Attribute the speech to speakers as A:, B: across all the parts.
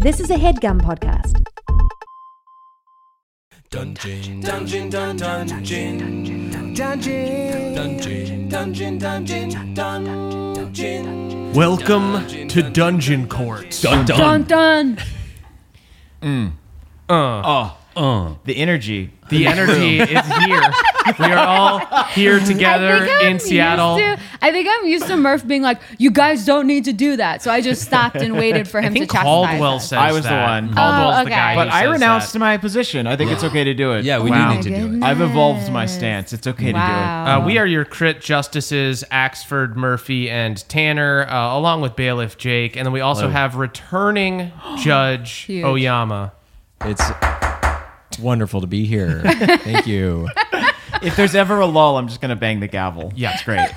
A: This is a headgum podcast.
B: Dungeon, dungeon, dun, dungeon, dungeon, dungeon, dungeon, dungeon, dungeon.
C: Welcome to Dungeon Court.
B: Dun dun.
A: dun.
D: The energy. The energy is here. We are all here together in Seattle.
E: Used to, I think I'm used to Murph being like, "You guys don't need to do that." So I just stopped and waited for him
C: I think
E: to chastise
C: Caldwell
E: us. Oh,
C: says
D: I was the
C: that.
D: one.
C: Caldwell's the
E: okay.
C: guy. who
D: But I
C: says
D: renounced
C: that.
D: my position. I think it's okay to do it.
B: Yeah, we
D: Wow.
B: do need to do it.
D: I've evolved my stance. It's okay to do
E: Wow.
D: it.
C: Uh, we are your crit justices, Axford, Murphy, and Tanner, uh, along with bailiff Jake, and then we also have returning judge
E: Huge.
C: Oyama.
B: It's it's wonderful to be here. Thank you.
D: If there's ever a lull, I'm just gonna bang the gavel.
C: Yeah, it's great.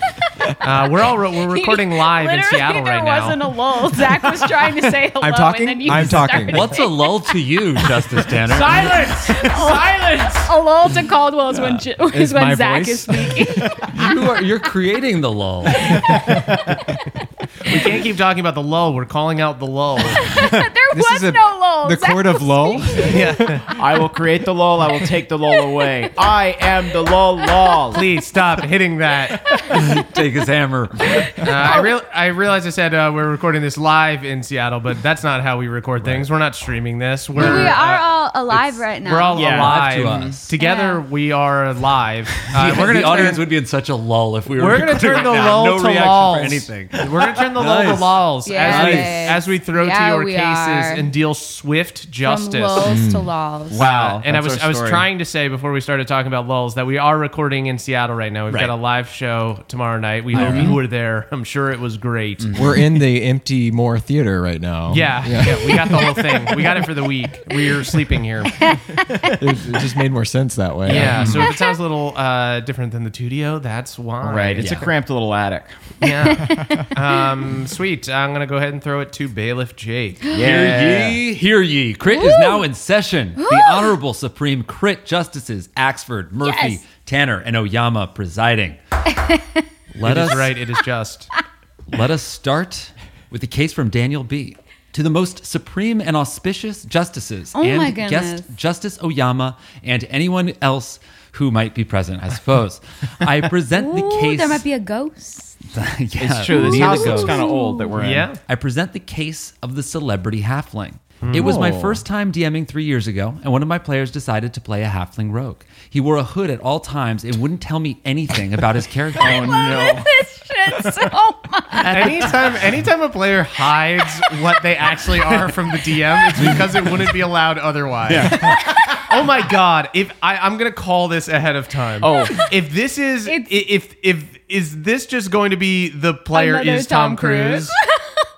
C: uh, we're all re- we're recording live in Seattle right now.
E: a lull. Zach was trying to say hello.
F: I'm talking. I'm talking.
B: What's a lull to you, Justice Tanner?
D: Silence! Silence!
E: A lull to Caldwell is when,
B: Is when my Zach
E: Zach
B: voice? is
E: is speaking.
B: You are you're creating the lull.
C: we can't keep talking about the lull. We're calling out the lull.
E: there was no lull.
F: The court of lull.
D: I will create the lull. I will take the lull away. I am the lull lull.
C: Please stop hitting that.
B: Take his hammer.
C: Uh, I, real I realize I said uh, we're recording this live in Seattle, but that's not how we record things. We're not streaming this. We're,
E: we
C: uh,
E: are all alive right now.
C: We're all
D: Yeah.
C: alive.
B: Live to us.
C: Together,
E: Yeah.
C: we are live. Uh, we're gonna
B: the audience
C: turn,
B: would be in such a lull if we were.
C: we're gonna
B: recording
C: turn the
B: right now.
C: lull
B: no
C: to
B: reaction
C: lulls.
B: for anything.
C: We're gonna turn the lull
B: Nice.
C: to lulls as we
E: Yes.
C: as we throw
E: Yeah,
C: to your
E: we
C: cases
E: are.
C: and deal swift
E: From
C: justice. Uh, Mm.
E: lulls to lulls.
D: Wow.
C: and I
D: Ah, that's
C: was
D: our
C: I was
D: story.
C: trying to say before we started talking about lulls that we are recording in Seattle right now. We've
B: Right.
C: got a live show tomorrow night. We hope you were there. I'm sure it was great.
F: We're in the empty Moore Theater right now.
C: Yeah, yeah. we got the whole thing. We got it for the week. We're sleeping here.
F: It, it just made more sense that way.
C: Yeah, so if it sounds a little uh, different than the studio, that's why.
D: Right. It's
B: Yeah.
D: a cramped little attic.
C: Yeah. um, sweet. I'm gonna go ahead and throw it to bailiff Jake.
B: Hear ye, hear ye. Crit is now in session. The Honorable Supreme Crit Justices Axford, Murphy,
E: Yes.
B: Tanner, and Oyama presiding. let
C: It is
B: us
C: right. It is just.
B: let us start with the case from Daniel B. To the most supreme and auspicious justices
E: Oh my
B: and
E: goodness.
B: guest Justice Oyama and anyone else who might be present, I suppose. I present the
E: Ooh,
B: case.
E: there might be a ghost.
B: Yeah,
D: It's true.
B: near
D: This
B: the
D: house looks
B: ghost.
D: kind of old that we're in.
C: Yeah.
B: I present the case of the celebrity halfling. It was my
D: Oh.
B: first time DMing three years ago, and one of my players decided to play a halfling rogue. He wore a hood at all times and wouldn't tell me anything about his character.
D: Oh no.
E: this shit so much.
C: Anytime, anytime a player hides what they actually are from the DM, it's because it wouldn't be allowed otherwise. oh my god! If I, I'm gonna call this ahead of time.
D: Oh.
C: if this is
E: It's-
C: if if is this just going to be the player
E: Another
C: is Tom,
E: Tom
C: Cruise?
E: Cruise?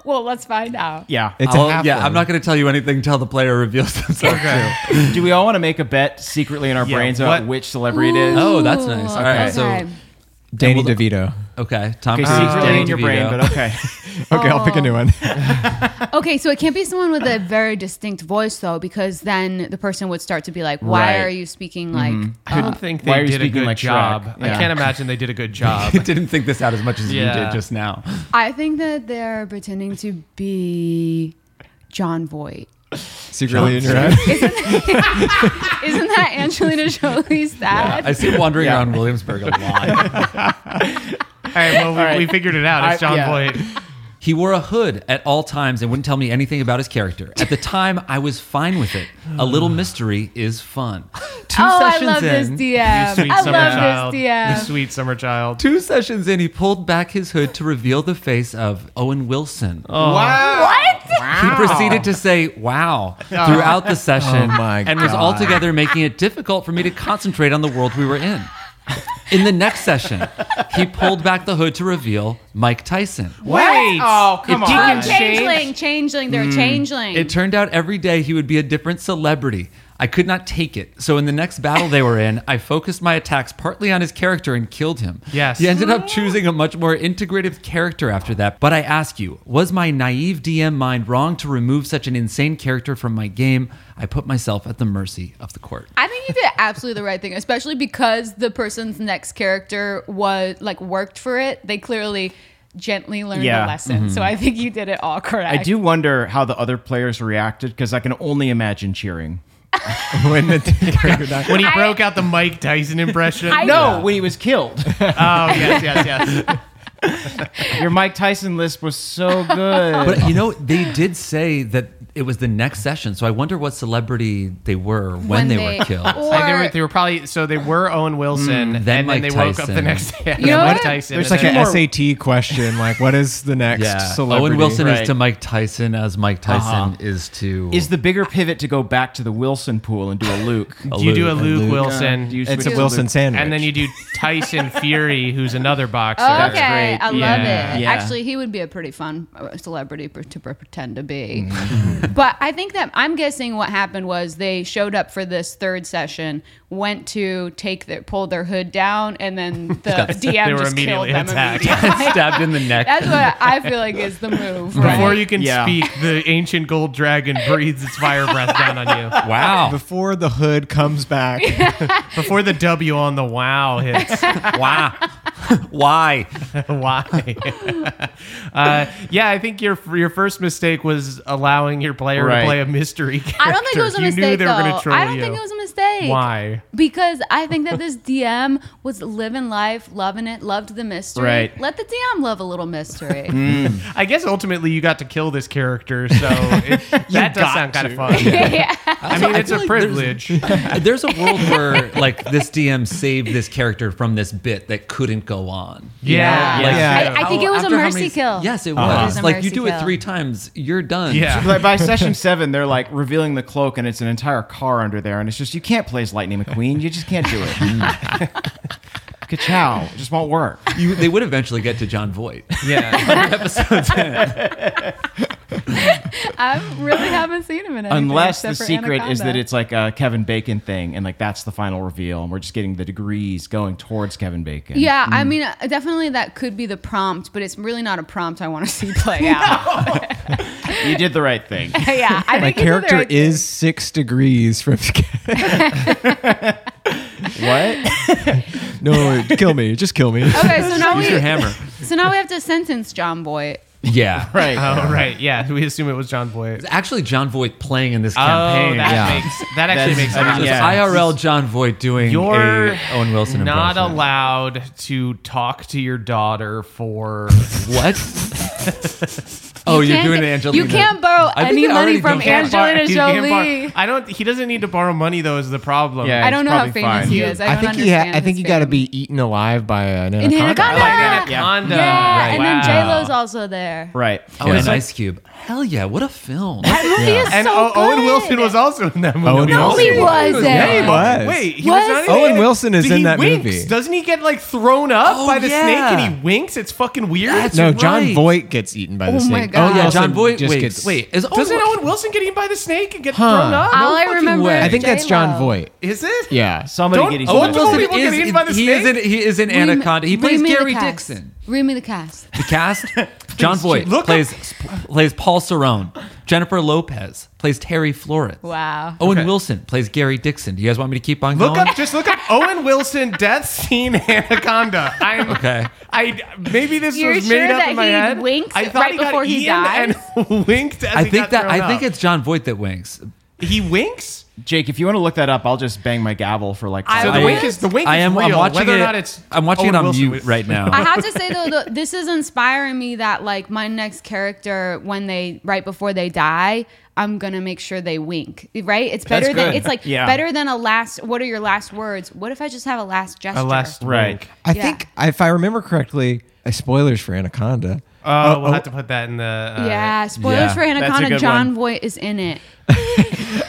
E: Well, let's find out.
D: Yeah.
F: It's a
B: I'll-
F: half
B: yeah, I'm not going to tell you anything until the player reveals themselves.
D: Do we all want to make a bet secretly in our
C: Yeah,
D: brains about
C: what-
D: which celebrity it is?
B: Oh, that's nice. All right,
E: Okay.
F: Danny DeVito.
B: Okay, Tom
D: Okay,
B: Cruise,
D: secretly
B: Danny
D: in your brain,
B: DeVito.
D: but okay.
F: Okay, I'll pick a new one.
E: Okay, so it can't be someone with a very distinct voice though, because then the person would start to be like, "Why
D: Right.
E: are you speaking like?"
C: I
E: uh,
C: don't think
D: Why
C: they
D: are you
C: did a
D: speaking
C: good
D: like Shrek?
C: job. I
D: Yeah.
C: can't imagine they did a good job.
B: I didn't think this out as much as
C: Yeah.
B: you did just now.
E: I think that they're pretending to be John Voight.
F: Secretly in your head.
E: Isn't that Angelina Jolie's dad? Oh,
B: I see him wandering around Williamsburg a lot.
C: All right, well, we, we figured it out. It's
D: I-
C: John
D: yeah.
C: Voight.
B: He wore a hood at all times and wouldn't tell me anything about his character. At the time, I was fine with it. A little mystery is fun. Two
E: oh, I
B: sessions
E: love
B: in,
E: this DM.
C: Sweet
E: I
C: summer
E: love
C: child.
E: this
C: You
E: DM.
C: sweet summer child.
B: Two sessions in, he pulled back his hood to reveal the face of Owen Wilson.
F: Oh.
E: What?
B: He proceeded to say "Wow" throughout the session,
F: Oh my
B: and was
F: God.
B: altogether making it difficult for me to concentrate on the world we were in. In the next session, he pulled back the hood to reveal Mike Tyson.
C: Wait.
D: Oh, come
C: It
D: on.
C: didn't
E: Oh,
C: Change.
E: changeling, changeling. They're changeling.
B: It turned out every day he would be a different celebrity. I could not take it. So in the next battle they were in, I focused my attacks partly on his character and killed him.
C: Yes.
B: He ended up choosing a much more integrative character after that. But I ask you, was my naive DM mind wrong to remove such an insane character from my game? I put myself at the mercy of the court.
E: I think you did absolutely the right thing, especially because the person's next character was like worked for it. They clearly gently learned
D: Yeah.
E: the lesson.
B: Mm-hmm.
E: So I think you did it all correct.
D: I do wonder how the other players reacted because I can only imagine cheering.
F: when the
C: When he broke out the Mike Tyson impression.
E: I-
D: No, when he was killed.
C: Oh yes, yes, yes.
D: Your Mike Tyson list was so good.
B: But you know, they did say that it was the next session. So I wonder what celebrity they were when, they, were killed.
E: Or,
C: Like, they, were, they were probably so they were Owen Wilson, and Hmm, then
B: Mike
C: they woke up
B: Tyson.
C: the next day.
E: You know
C: Mike
E: what?
C: Tyson.
F: There's
C: and
F: like
C: then-
F: an SAT question, like what is the next
B: Yeah.
F: celebrity?
B: Owen Wilson
D: Right.
B: is to Mike Tyson as Mike Tyson is to
D: Is the bigger pivot to go back to the Wilson pool and do a Luke?
C: you do a Luke,
F: Luke.
C: Wilson,
D: Do you
F: It's a
D: switch to
F: Wilson
D: Luke?
F: sandwich.
C: and then you do Tyson Fury, who's another boxer.
E: Oh, okay, I love
C: Yeah.
E: it.
D: Yeah.
E: Actually, he would be a pretty fun uh, celebrity pr- to pr- pretend to be. but I think that I'm guessing what happened was they showed up for this third session, went to take their pull their hood down, and then the
C: They
E: DM
C: were
E: just killed
C: immediately
E: them
C: attacked.
E: immediately.
B: stabbed in the neck.
E: That's what I feel like is the move. Right?
C: Before you can
D: Yeah.
C: speak, the ancient gold dragon breathes its fire breath down on you.
B: Wow.
F: Before the hood comes back,
C: Before the W on the wow hits.
B: wow. Why?
C: Why? uh, yeah, I think your your first mistake was allowing your player
D: Right.
C: to play a mystery character.
E: I don't think it was a
C: you
E: mistake
C: Knew they were
E: though.
C: gonna troll
E: I don't
C: you.
E: think it was a mistake.
C: Why?
E: Because I think that this DM was living life, loving it, loved the mystery.
D: Right.
E: Let the DM love a little mystery.
C: I guess ultimately you got to kill this character, so it, that does sound kind of fun.
E: yeah.
C: I mean, it's a privilege.
B: There's a world where like this DM saved this character from this bit that couldn't go on.
C: Yeah,
D: Yeah.
C: like-
F: Yeah.
E: I, I think it was a
B: After how
E: mercy
B: many-
E: kill.
B: Yes, it was.
E: It was a
B: Like
E: mercy
B: you do it
E: kill.
B: three times, you're done.
C: yeah.
D: But by session seven, they're like revealing the cloak, and it's an entire car under there, and it's just you can't play as Lightning McQueen. You just can't do it. Ka-chow. It just won't work.
B: You, they would eventually get to John Voight.
C: yeah.
E: I really haven't seen him in anything
D: Unless the
E: except for
D: secret is
E: Anaconda.
D: that it's like a Kevin Bacon thing, and like that's the final reveal, and we're just getting the degrees going towards Kevin Bacon.
E: Yeah, I mean, uh, definitely that could be the prompt, but it's really not a prompt I want to see play out.
D: You did the right thing.
E: yeah, I
F: my
E: think you did the
F: character
E: right
F: is six degrees from.
D: what?
F: no, kill me, just kill me.
E: thing. Okay, so now
B: Use your
E: we
B: hammer.
E: so now we have to sentence John Boy.
B: Yeah.
D: Right.
C: Oh, right. Yeah. We assume it was John Boyd.
B: Actually, John Voight playing in this
C: Oh,
B: campaign.
C: that makes that actually
D: That's-
C: makes
D: I mean,
C: sense.
B: Just
D: yeah.
B: IRL John Voight doing
C: You're
B: a Owen Wilson
C: not
B: impression.
C: allowed to talk to your daughter for
B: What? oh, you
E: You
B: are
E: can't
B: doing
E: get-
B: an Angelina.
E: you can't borrow
B: I think
E: any
B: they
E: money
B: already
E: from
B: don't-
C: Can't borrow-
E: Angelina
C: he can't borrow-
E: Jolie.
C: I don't. He doesn't need to borrow money though. Is the problem?
D: Yeah.
E: I don't know
D: It's
E: how
D: probably
E: famous
D: fine.
E: he is. I, don't
F: think you.
E: understand.
F: Ha- I think
E: his
F: you got to
E: fame.
F: be eaten alive by an
E: in
F: anaconda.
E: Anaconda.
C: Anaconda.
E: Yeah,
C: Right.
E: and
C: Wow.
E: then J Lo's also there.
D: Right.
B: Oh, and Ice Cube. Hell yeah! What a film.
E: That movie is
C: And
E: so
C: O- Owen
E: good.
C: Wilson was also in that movie.
F: Owen
E: No,
F: Wilson
E: Oh, he wasn't.
F: Yeah, he was.
C: Wait, he
E: Was
C: was not in
F: Owen
C: it?
F: Wilson is
C: He
F: in that
C: winks.
F: movie.
C: Doesn't he get like thrown up
B: Oh,
C: by the
B: yeah.
C: snake and he winks? It's fucking weird.
B: That's-
F: No, John
B: Right.
F: Voight gets eaten by the
E: Oh
F: snake.
E: my God.
F: Owen
B: Yeah,
F: Wilson
B: John Voight.
F: just
B: Wait,
F: gets-
B: wait. Is Owen,
C: Doesn't
B: Wil-
C: Owen Wilson get eaten by the snake and get
F: Huh.
C: thrown up?
E: All I
B: fucking
E: remember.
B: way.
E: is
F: I think that's John
E: J-Lo.
F: Voight.
C: Is it?
F: Yeah.
D: Somebody
C: Don't-
D: get each
C: Owen
D: other.
C: Wilson
B: Owen
C: people
B: Wilson
C: get eaten by the
B: is he is in
C: snake?
B: he is in
E: Read me-
B: Anaconda. He
E: read
B: plays
E: me the
B: Gary
E: cast.
B: Dixon.
E: Read me the cast.
B: The cast: John Voight
C: look up-
B: plays sp- plays Paul Cerrone. Jennifer Lopez plays Terry Flores.
E: Wow.
B: Owen
C: Okay.
B: Wilson plays Gary Dixon. Do you guys want me to keep on
C: Look
B: going?
C: up, just look up Owen Wilson death scene anaconda. I'm
B: Okay.
C: I maybe this
E: You're
C: was made
E: sure
C: up
E: that
C: in my
E: he
C: head.
E: winks
C: I thought
E: right
C: he got
E: before he
C: eaten
E: dies?
C: and winked. As
B: I
C: he
B: think
C: got
B: that
C: thrown
B: I think
C: up.
B: it's John Voight that winks.
C: he winks.
D: Jake, if you want to look that up, I'll just bang my gavel for like.
E: I
C: So
D: five
C: the
E: I-
C: wink is the wink
B: I
C: is
B: am
C: real.
B: I'm watching
C: Whether
B: it.
C: or not it's
B: I'm watching
C: Owen
B: it on
C: Wilson
B: mute
C: with-
B: right now.
E: I have to say though, though, this is inspiring me that like my next character, when they right before they die, I'm gonna make sure they wink. Right? It's better than
C: good.
E: it's like
D: Yeah.
E: better than a last. What are your last words? What if I just have a last gesture?
C: A last
D: Right.
C: wink.
F: I
E: Yeah.
F: think, if I remember correctly, uh, spoilers for Anaconda.
C: Oh, we'll have to put that in the. Uh,
E: Yeah. Spoilers
B: Yeah.
E: for
B: That's
D: a
E: Anaconda.
D: good
E: John
D: one.
E: Voight is in it.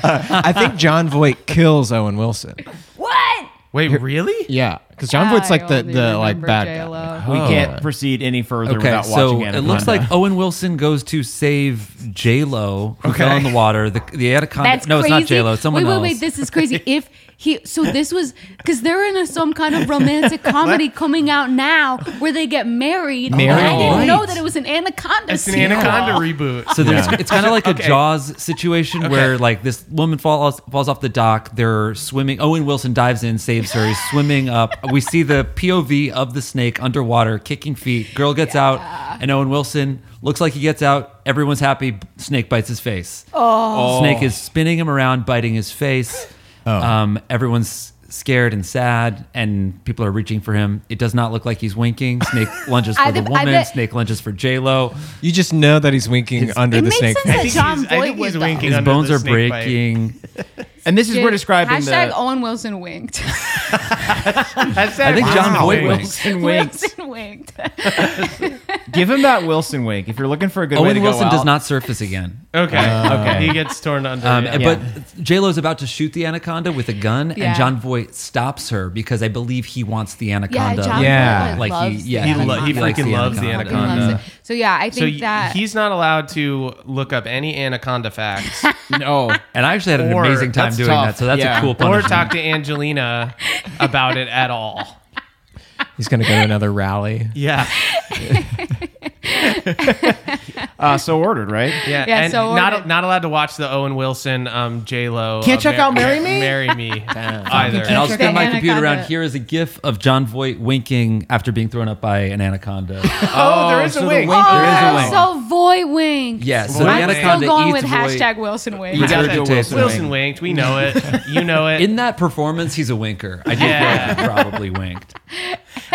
F: I think John Voight kills Owen Wilson.
E: What?
C: Wait, really?
F: Yeah,
A: Because John Voight's like
E: I
A: the
E: only
A: the like
E: remember
A: bad
E: J-Lo.
A: guy.
D: We can't proceed any further
B: Okay,
D: without
B: so
D: watching
B: it looks
D: Anaconda.
B: like Owen Wilson goes to save J Lo who fell
C: Okay.
B: in the water. The, the anaconda.
E: That's
B: no,
E: crazy.
B: it's not J Lo. It's someone
E: wait, wait,
B: else.
E: wait. This is crazy. If he, so this was because they're in a, some kind of romantic comedy coming out now where they get married. and I
A: Married.
E: didn't
B: Right.
E: know that it was an anaconda.
C: It's an
E: sequel.
C: Anaconda reboot.
B: So there's,
A: Yeah.
B: it's kind of like a
C: Okay.
B: Jaws situation where like this woman falls falls off the dock. They're swimming. Owen Wilson dives in, saves her. He's swimming up. We see the POV of the snake underwater, kicking feet. Girl gets out, and Owen Wilson looks like he gets out. Everyone's happy. Snake bites his face. Oh, snake is spinning him around, biting his face. Um, everyone's scared and sad, and people are reaching for him. It does not look like he's winking. Snake lunges for
E: I
B: the
E: bet- I
B: woman.
E: bet-
B: snake lunges for J Lo.
F: You just know that he's winking under
E: It
F: the
E: makes
F: snake.
E: sense that John
C: he's- I
E: Voight
C: think
E: was
C: he's
E: the-
C: winking
B: His
C: under
B: bones
C: the
B: are
C: snake bite.
B: breaking.
D: and this is we're describing
E: Hashtag
D: the
E: Owen Wilson winked.
C: Hashtag
B: I think John
C: Wow.
B: Voight was-
D: Wilson winks.
E: Wilson winked.
D: Give him that Wilson wink if you're looking for a good way
B: Owen
D: to go
B: Wilson does
D: out.
B: not surface again.
C: Okay.
D: okay.
C: He gets torn under.
B: Um,
C: yeah.
B: But J Lo's about to shoot the anaconda with a gun,
E: Yeah.
B: and John Voight stops her because I believe he wants the
E: Yeah,
B: anaconda.
E: John
F: Yeah.
E: Voight
B: Like,
E: loves
B: he- yeah,
E: the
B: he lo-
E: anaconda.
B: he freaking loves the
E: He
C: anaconda.
E: loves it. So yeah, I
C: so
E: think
C: y-
E: that
C: he's not allowed to look up any anaconda facts
D: No.
B: And I actually had an
C: Or-
B: amazing time
D: that's
B: doing
D: tough.
B: that, so that's a
D: Yeah.
B: cool
C: or
B: punishment.
C: talk to Angelina about it at all.
F: He's gonna go to another rally.
C: Yeah.
D: Uh, so ordered, right?
C: Yeah.
E: Yeah,
C: and
E: so
C: not
E: ordered.
C: not allowed to watch the Owen Wilson um, J Lo.
D: Can't check out Marry Me?
C: Marry Me either.
B: and I'll
E: The
B: spin my computer
E: anaconda.
B: around. Here is a GIF of John Voight winking after being thrown up by an anaconda.
C: oh, there is
D: so
C: a
D: the
C: wink.
D: wink-
E: Oh,
D: There is a wink.
E: so Voight winked.
B: yeah, so the
C: Voight
E: I'm
C: wink.
E: still
B: anaconda
E: going
B: eats
E: with
B: Voight.
E: hashtag Wilson winked.
B: Eats
C: Yeah,
B: Virgil
C: that-
B: Wilson
C: Wilson winked. We know it. You know it.
B: In that performance, he's a winker. I do feel
C: Yeah.
B: like he probably winked.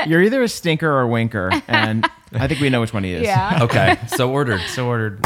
D: You're either a stinker or a winker, and I think we know which one he is.
E: Yeah.
B: Okay, so ordered.
C: so ordered.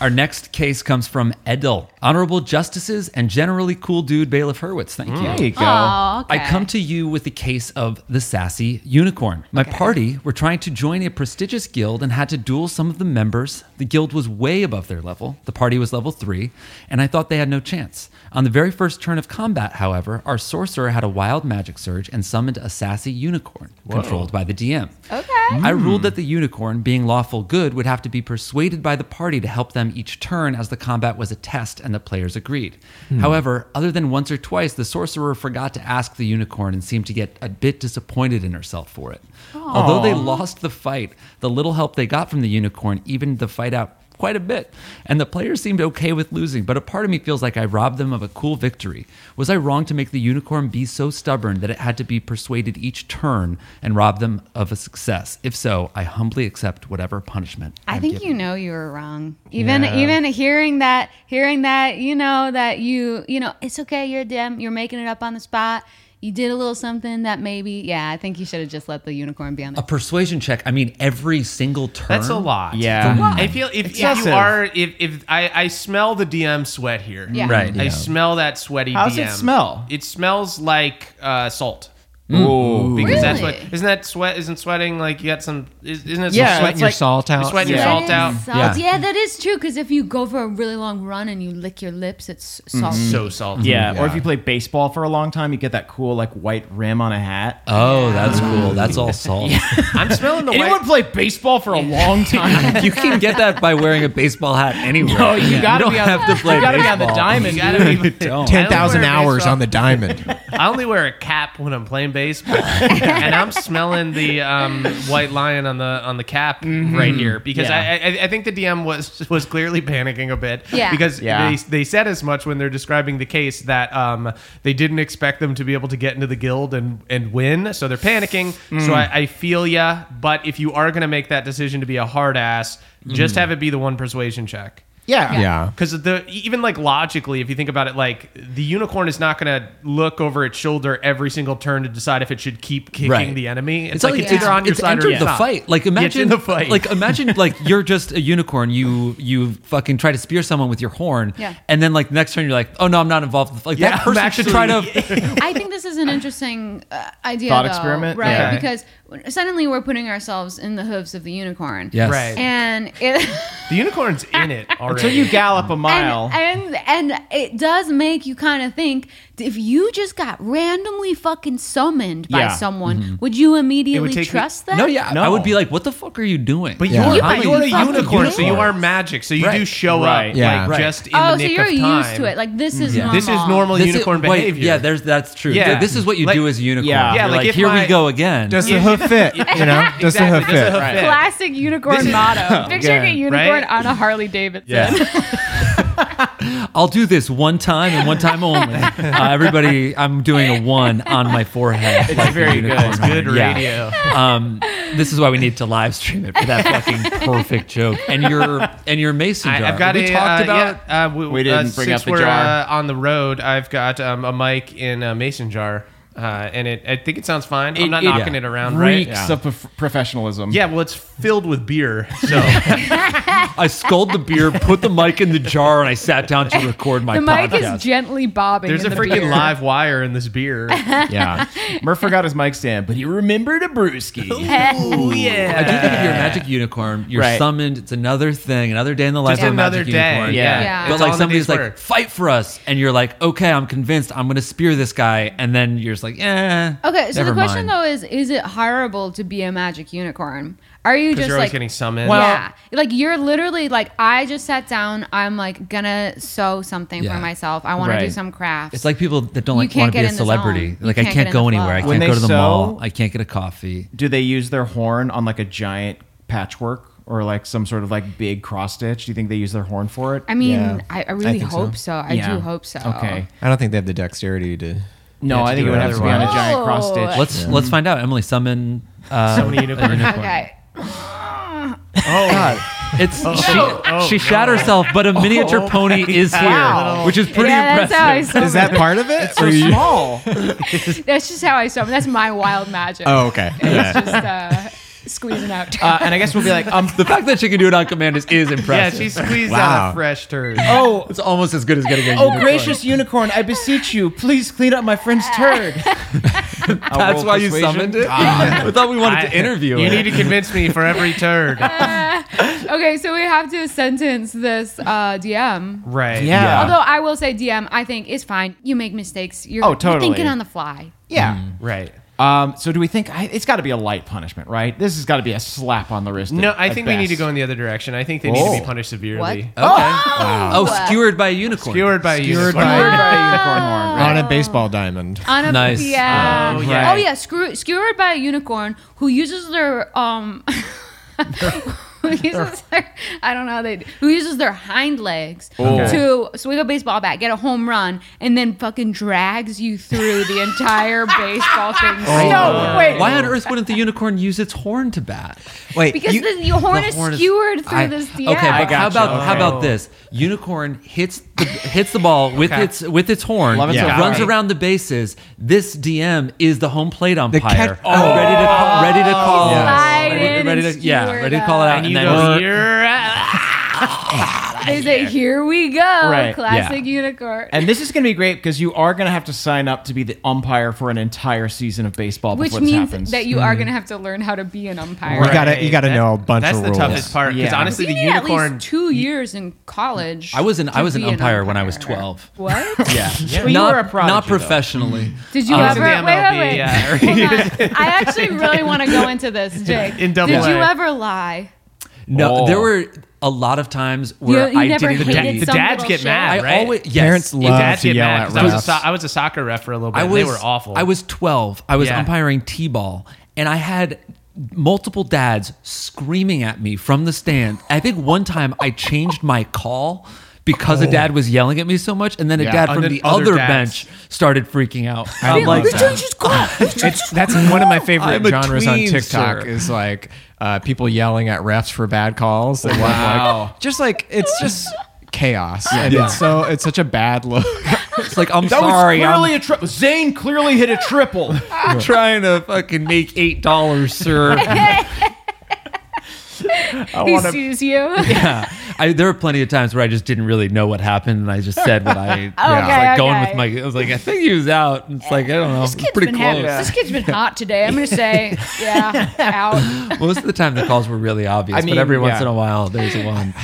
B: Our next case comes from Edel, Honorable Justices and generally cool dude Bailiff Hurwitz. Thank you.
D: There you go.
E: Oh, okay.
B: I come to you with the case of the sassy unicorn. My party were trying to join a prestigious guild and had to duel some of the members. The guild was way above their level. The party was level three, and I thought they had no chance. On the very first turn of combat, however, our sorcerer had a wild magic surge and summoned a sassy unicorn controlled by the DM.
E: Okay.
B: I ruled that the unicorn, being lawful good, would have to be persuaded by the party to help them each turn as the combat was a test and the players agreed. However, other than once or twice, the sorcerer forgot to ask the unicorn and seemed to get a bit disappointed in herself for it. Although they lost the fight, the little help they got from the unicorn evened the fight out quite a bit, and the players seemed okay with losing, but a part of me feels like I robbed them of a cool victory. Was I wrong to make the unicorn be so stubborn that it had to be persuaded each turn and rob them of a success? If so, I humbly accept whatever punishment.
E: I
B: I'm
E: think
B: given.
E: you know you were wrong. Even
C: Yeah.
E: even hearing that, hearing that, you know that you you know it's okay. You're a dim. You're making it up on the spot. You did a little something that maybe yeah. I think you should have just let the unicorn be on
B: a
E: the.
B: persuasion check. I mean, every single turn.
C: That's a lot.
D: Yeah.
C: I feel if, if you
D: Excessive.
C: are if, if I, I smell the DM sweat here.
E: Yeah.
D: Mm,
B: Right.
C: I smell that sweaty
D: How's
C: DM.
D: it smell?
C: It smells like uh, salt.
D: Ooh.
C: Because that's
E: Really?
C: what isn't that sweat isn't sweating like you got some is- isn't it
D: Yeah,
C: some sweat
F: Sweating your
C: like-
F: salt
C: you're
F: out.
C: sweating your
D: Yeah.
C: salt out
B: Yeah.
E: Salt. Yeah. that is true. Because if you go for a really long run and you lick your lips, it's salty.
C: so salty
D: Mm. Yeah, or if you play baseball for a long time, you get that cool like white rim on a hat.
B: Oh, that's cool. That's all salt.
C: I'm smelling the
D: Anyone
C: white
D: play baseball for a long time?
B: You can get that by wearing a baseball hat anywhere.
D: No, you gotta
B: don't
D: be on-
B: have to play
D: you gotta be on
B: baseball.
D: the diamond,
C: You gotta be-
B: don't.
C: I
F: Ten
C: only
F: thousand
C: wear a
F: hours
C: baseball-
F: on the diamond.
C: I only wear a cap when I'm playing baseball, and I'm smelling the um, white lion on the on the cap right here because
D: Yeah.
C: I, I I think the DM was was clearly panicking a bit
E: Yeah.
C: because
D: Yeah.
C: they they said as much when they're describing the case that um, they didn't expect them to be able to get into the guild and and win, so they're panicking. So I, I feel ya, but if you are gonna make that decision to be a hard ass, just have it be the one persuasion check.
D: yeah.
F: Yeah.
C: Because the even like logically, if you think about it, like the unicorn is not going to look over its shoulder every single turn to decide if it should keep kicking
B: Right.
C: the enemy. It's,
B: It's,
C: like,
B: like
C: it's either on your
B: it's
C: side or
B: entered
C: it's
B: the
C: not.
B: fight. Like
C: Yeah, it's
B: imagine
C: in the fight.
B: Like imagine like you're just a unicorn. You you fucking try to spear someone with your horn,
E: Yeah.
B: and then like next turn you're like, oh no, I'm not involved. Like
C: Yeah,
B: that
C: I'm
B: person should try
C: actually-
B: to.
E: I think this is an interesting uh, idea.
D: Thought
E: though,
D: experiment?
E: right?
C: Okay.
E: Because suddenly we're putting ourselves in the hooves of the unicorn.
B: Yes.
C: Right.
E: And it,
C: The unicorn's in it already.
D: Until you gallop a mile.
E: And, and and it does make you kind of think: if you just got randomly fucking summoned by
D: Yeah.
E: someone, would you immediately
C: Mm-hmm. take me-
E: trust them?
B: No, yeah, I
D: No.
B: would be like, what the fuck are you doing?
C: But
F: Yeah.
C: you're,
F: You
C: but
E: are
C: you're a
E: fucking
C: unicorn, so you are magic. So you
B: Right.
C: do show
D: Right.
C: up
F: Yeah.
C: like
F: Right.
C: just in
E: Oh,
C: the
E: so
C: nick
E: you're
C: of
E: used
C: time.
E: to it. Like this is normal.
C: This is normal
B: This is-
C: unicorn
B: wait,
C: behavior.
B: yeah, there's that's true.
C: Yeah.
B: This is what you
C: Like-
B: do as a unicorn.
D: Yeah.
B: You're
C: Yeah, like
B: like,
C: if
B: here we
C: my-
B: go again.
F: Does the hoof fit? You know, does the hoof
C: Exactly, does
F: fit?
C: the hoof fit.
E: Classic unicorn motto. Picturing a unicorn
C: right?
E: on a Harley Davidson.
B: I'll do this one time and one time only. uh, everybody, I'm doing a one on my forehead. It's
D: very good. It's
C: Good radio.
B: Um, this is why we need to live stream it for that fucking perfect joke. And your and your mason jar.
C: I, have got
B: we
C: a,
B: talked
C: uh,
B: about.
C: yeah, uh, we,
D: We didn't
C: uh,
D: bring
C: since
D: up the
C: we're,
D: jar.
C: Uh, on the road, I've got um, a mic in a mason jar, uh, and it I think it sounds fine. I'm not
D: It- it
C: knocking it around, right?
D: Reeks
C: Yeah.
D: of prof- professionalism.
C: Yeah, well, it's filled with beer, so
B: I sculled the beer, put the mic in the jar, and I sat down to record my
E: The mic
B: podcast.
E: is gently bobbing.
C: there's a
E: in the
C: freaking
E: beer.
C: live wire in this beer.
D: yeah. Murph forgot his mic stand, but he remembered a brewski.
C: oh yeah,
B: I do think if you're a magic unicorn, you're
D: Right.
B: summoned. It's another thing, another day in the life
C: Just
B: of a
C: another
B: magic
C: day.
B: unicorn.
D: Yeah.
E: Yeah.
B: But
C: It's all
B: like
C: in a
B: somebody's
C: day's
B: like,
C: work.
B: fight for us, and you're like, okay, I'm convinced. I'm gonna spear this guy, and then you're just like, eh.
E: Okay, so
B: never
E: the question
B: mind.
E: though is: Is it horrible to be a magic unicorn? Are you just
C: you're always
E: like
C: getting summoned.
E: yeah, like you're literally like I just sat down. I'm like gonna sew something
B: Yeah.
E: for myself. I want to do
D: Right.
E: some crafts.
B: It's like people that don't
E: You
B: like
E: can't
B: want to
E: get
B: be a
E: in the
B: celebrity.
E: zone. You
B: Like I
E: can't
B: can't
E: get in
B: go
E: the flow.
B: anywhere. I can't
D: When
B: go
D: they
B: to the
D: sew-
B: mall. I can't get a coffee.
D: Do they use their horn on like a giant patchwork or like some sort of like big cross stitch? Do you think they use their horn for it?
E: I mean,
F: Yeah.
E: I, I
F: I
E: really
F: think so.
E: hope so. I
D: Yeah.
E: do hope so.
D: Okay.
F: I don't think they have the dexterity to.
D: No, I think
B: do
D: it would
B: it
D: have to be on a
B: otherwise.
D: giant cross
E: Oh.
D: stitch.
B: Let's let's find out. Emily, summon uh,
C: Summon a unicorn.
E: Okay.
B: It's she, she shat herself, but a miniature pony is here, which is pretty
E: yeah, that's how I
B: impressive.
E: sew.
F: Is that part of it? Or
D: so
F: you-
D: small.
E: That's just how I sew. That's my wild magic.
F: Oh, okay.
E: It's just uh, squeezing out.
D: Uh, and I guess we'll be like, um,
B: The fact that she can do it on command is, is
C: Yeah,
B: impressive.
C: she squeezed out
F: Wow.
C: a fresh turd.
D: oh,
B: it's almost as good as getting a
D: oh,
B: unicorn.
D: gracious unicorn, I beseech you, please clean up my friend's turd.
B: That's why you summoned it. I thought we wanted to interview
C: You
B: her.
C: need to convince me for every turd,
E: okay, so we have to sentence this uh, DM.
C: right?
D: Yeah.
E: Although I will say DM, I think is fine. You make mistakes. You're,
D: Oh,
E: you're
D: totally.
E: thinking on the fly.
C: Mm.
D: Yeah.
C: right.
D: Um, so do we think I, it's got to be a light punishment, right? This has got to be a slap on the wrist.
C: No,
D: at-
C: I
D: at
C: think we need to
D: best.
C: go in the other direction. I think they need to
D: Oh.
C: be punished severely.
E: What?
B: Oh, skewered by a unicorn.
C: Skewered by a
F: Skewered
C: unicorn.
F: by a
D: By a unicorn horn, right?
F: on a baseball diamond.
E: On a,
B: Nice.
E: Yeah.
C: Oh,
E: Oh yeah.
C: yeah.
E: screw, skewered by a unicorn who uses their um. who uses their, I don't know how they do, who uses their hind legs to swing a baseball bat, get a home run, and then fucking drags you through the entire baseball thing.
D: No, wait.
B: Why on earth wouldn't the unicorn use its horn to bat?
F: Wait,
E: Because
F: you-
E: the, your horn is
B: horn is-
E: skewered through
B: I-
E: this DM.
B: Okay, but
D: gotcha.
B: how about how
D: Okay.
B: about this? Unicorn hits the hits the ball with
C: Okay.
B: its with its horn,
D: Love it
F: so
B: runs
D: far.
B: around the bases. This DM is the home plate umpire,
F: catch- Oh.
B: ready to call, ready to call,
E: Slide
B: ready,
E: in
B: ready to
E: and
B: yeah,
E: skewer
B: ready to
E: it
B: call it out,
C: And
B: and,
C: you
B: then
C: go, you're
E: They say, "Here we go,
D: Right.
E: classic unicorn."
D: And this is going to be great because you are going to have to sign up to be the umpire for an entire season of baseball
E: Which
D: before this
E: means
D: happens.
E: that you are going to have to learn how to be an umpire.
F: Right. gotta- you gotta know a bunch
C: That's
F: of
C: the
F: rules.
C: toughest part because
D: Yeah.
C: honestly,
E: You
C: the
E: need at
C: unicorn.
E: least two years in college.
B: I was an- I
E: to
B: was an
E: be
B: umpire when I was 12.
E: What?
B: yeah,
D: Well, you
B: not,
D: were a prodigy,
B: not
D: though.
B: professionally.
E: Did you
B: I was
E: ever?
B: in
E: Wait,
C: the
E: wait,
C: MLB,
E: wait.
C: yeah.
E: Hold on. I actually really want to go into this, Jake.
C: In double
E: Did you
C: A.
E: ever lie?
B: No,
D: Oh.
B: there were a lot of times
E: You,
B: where
E: you
B: I
E: never
B: didn't
E: hated
B: be.
C: The
E: some
C: dads
E: little
C: get
E: shit?
C: mad,
B: I
C: right?
B: always yes.
F: parents
C: Your
F: love
C: dads
F: to
C: get
F: yell
C: mad
F: at
C: 'cause I was, a
F: refs.
C: so- I was a soccer ref for a little bit.
B: I
C: and
B: was,
C: they were awful.
B: I was 12. I was
C: Yeah.
B: umpiring T-ball, and I had multiple dads screaming at me from the stand. I think one time I changed my call because a dad was yelling at me so much, and then a
D: Yeah.
B: dad
C: Oh. And
B: from
C: then
B: the
C: other
B: other
C: dads.
B: bench started freaking out.
F: I
B: I'm
F: love
B: like,
F: that. It's, that's one of my
B: I'm
F: favorite
B: a
F: genres
B: tween,
F: on TikTok
B: sir.
F: is like uh, people yelling at refs for bad calls. And wow. Like, just like it's just chaos, and it's so it's such a bad look.
B: it's like I'm
D: that
B: sorry,
D: was
B: I'm
D: clearly a triple. Zane clearly hit a triple.
B: trying to fucking make eight dollars, sir.
E: He sues you.
B: yeah, I, there were plenty of times where I just didn't really know what happened, and I just said what I yeah, I was
E: Okay,
B: like going
E: okay.
B: with my. I was like, I think he was out. And it's like I don't know,
E: This kid's
B: pretty
E: been
B: close.
E: hot. This kid's been hot today. I'm gonna say, yeah, out.
B: Most of the time, the calls were really obvious,
D: I mean,
B: but every once
D: yeah.
B: in a while, there's one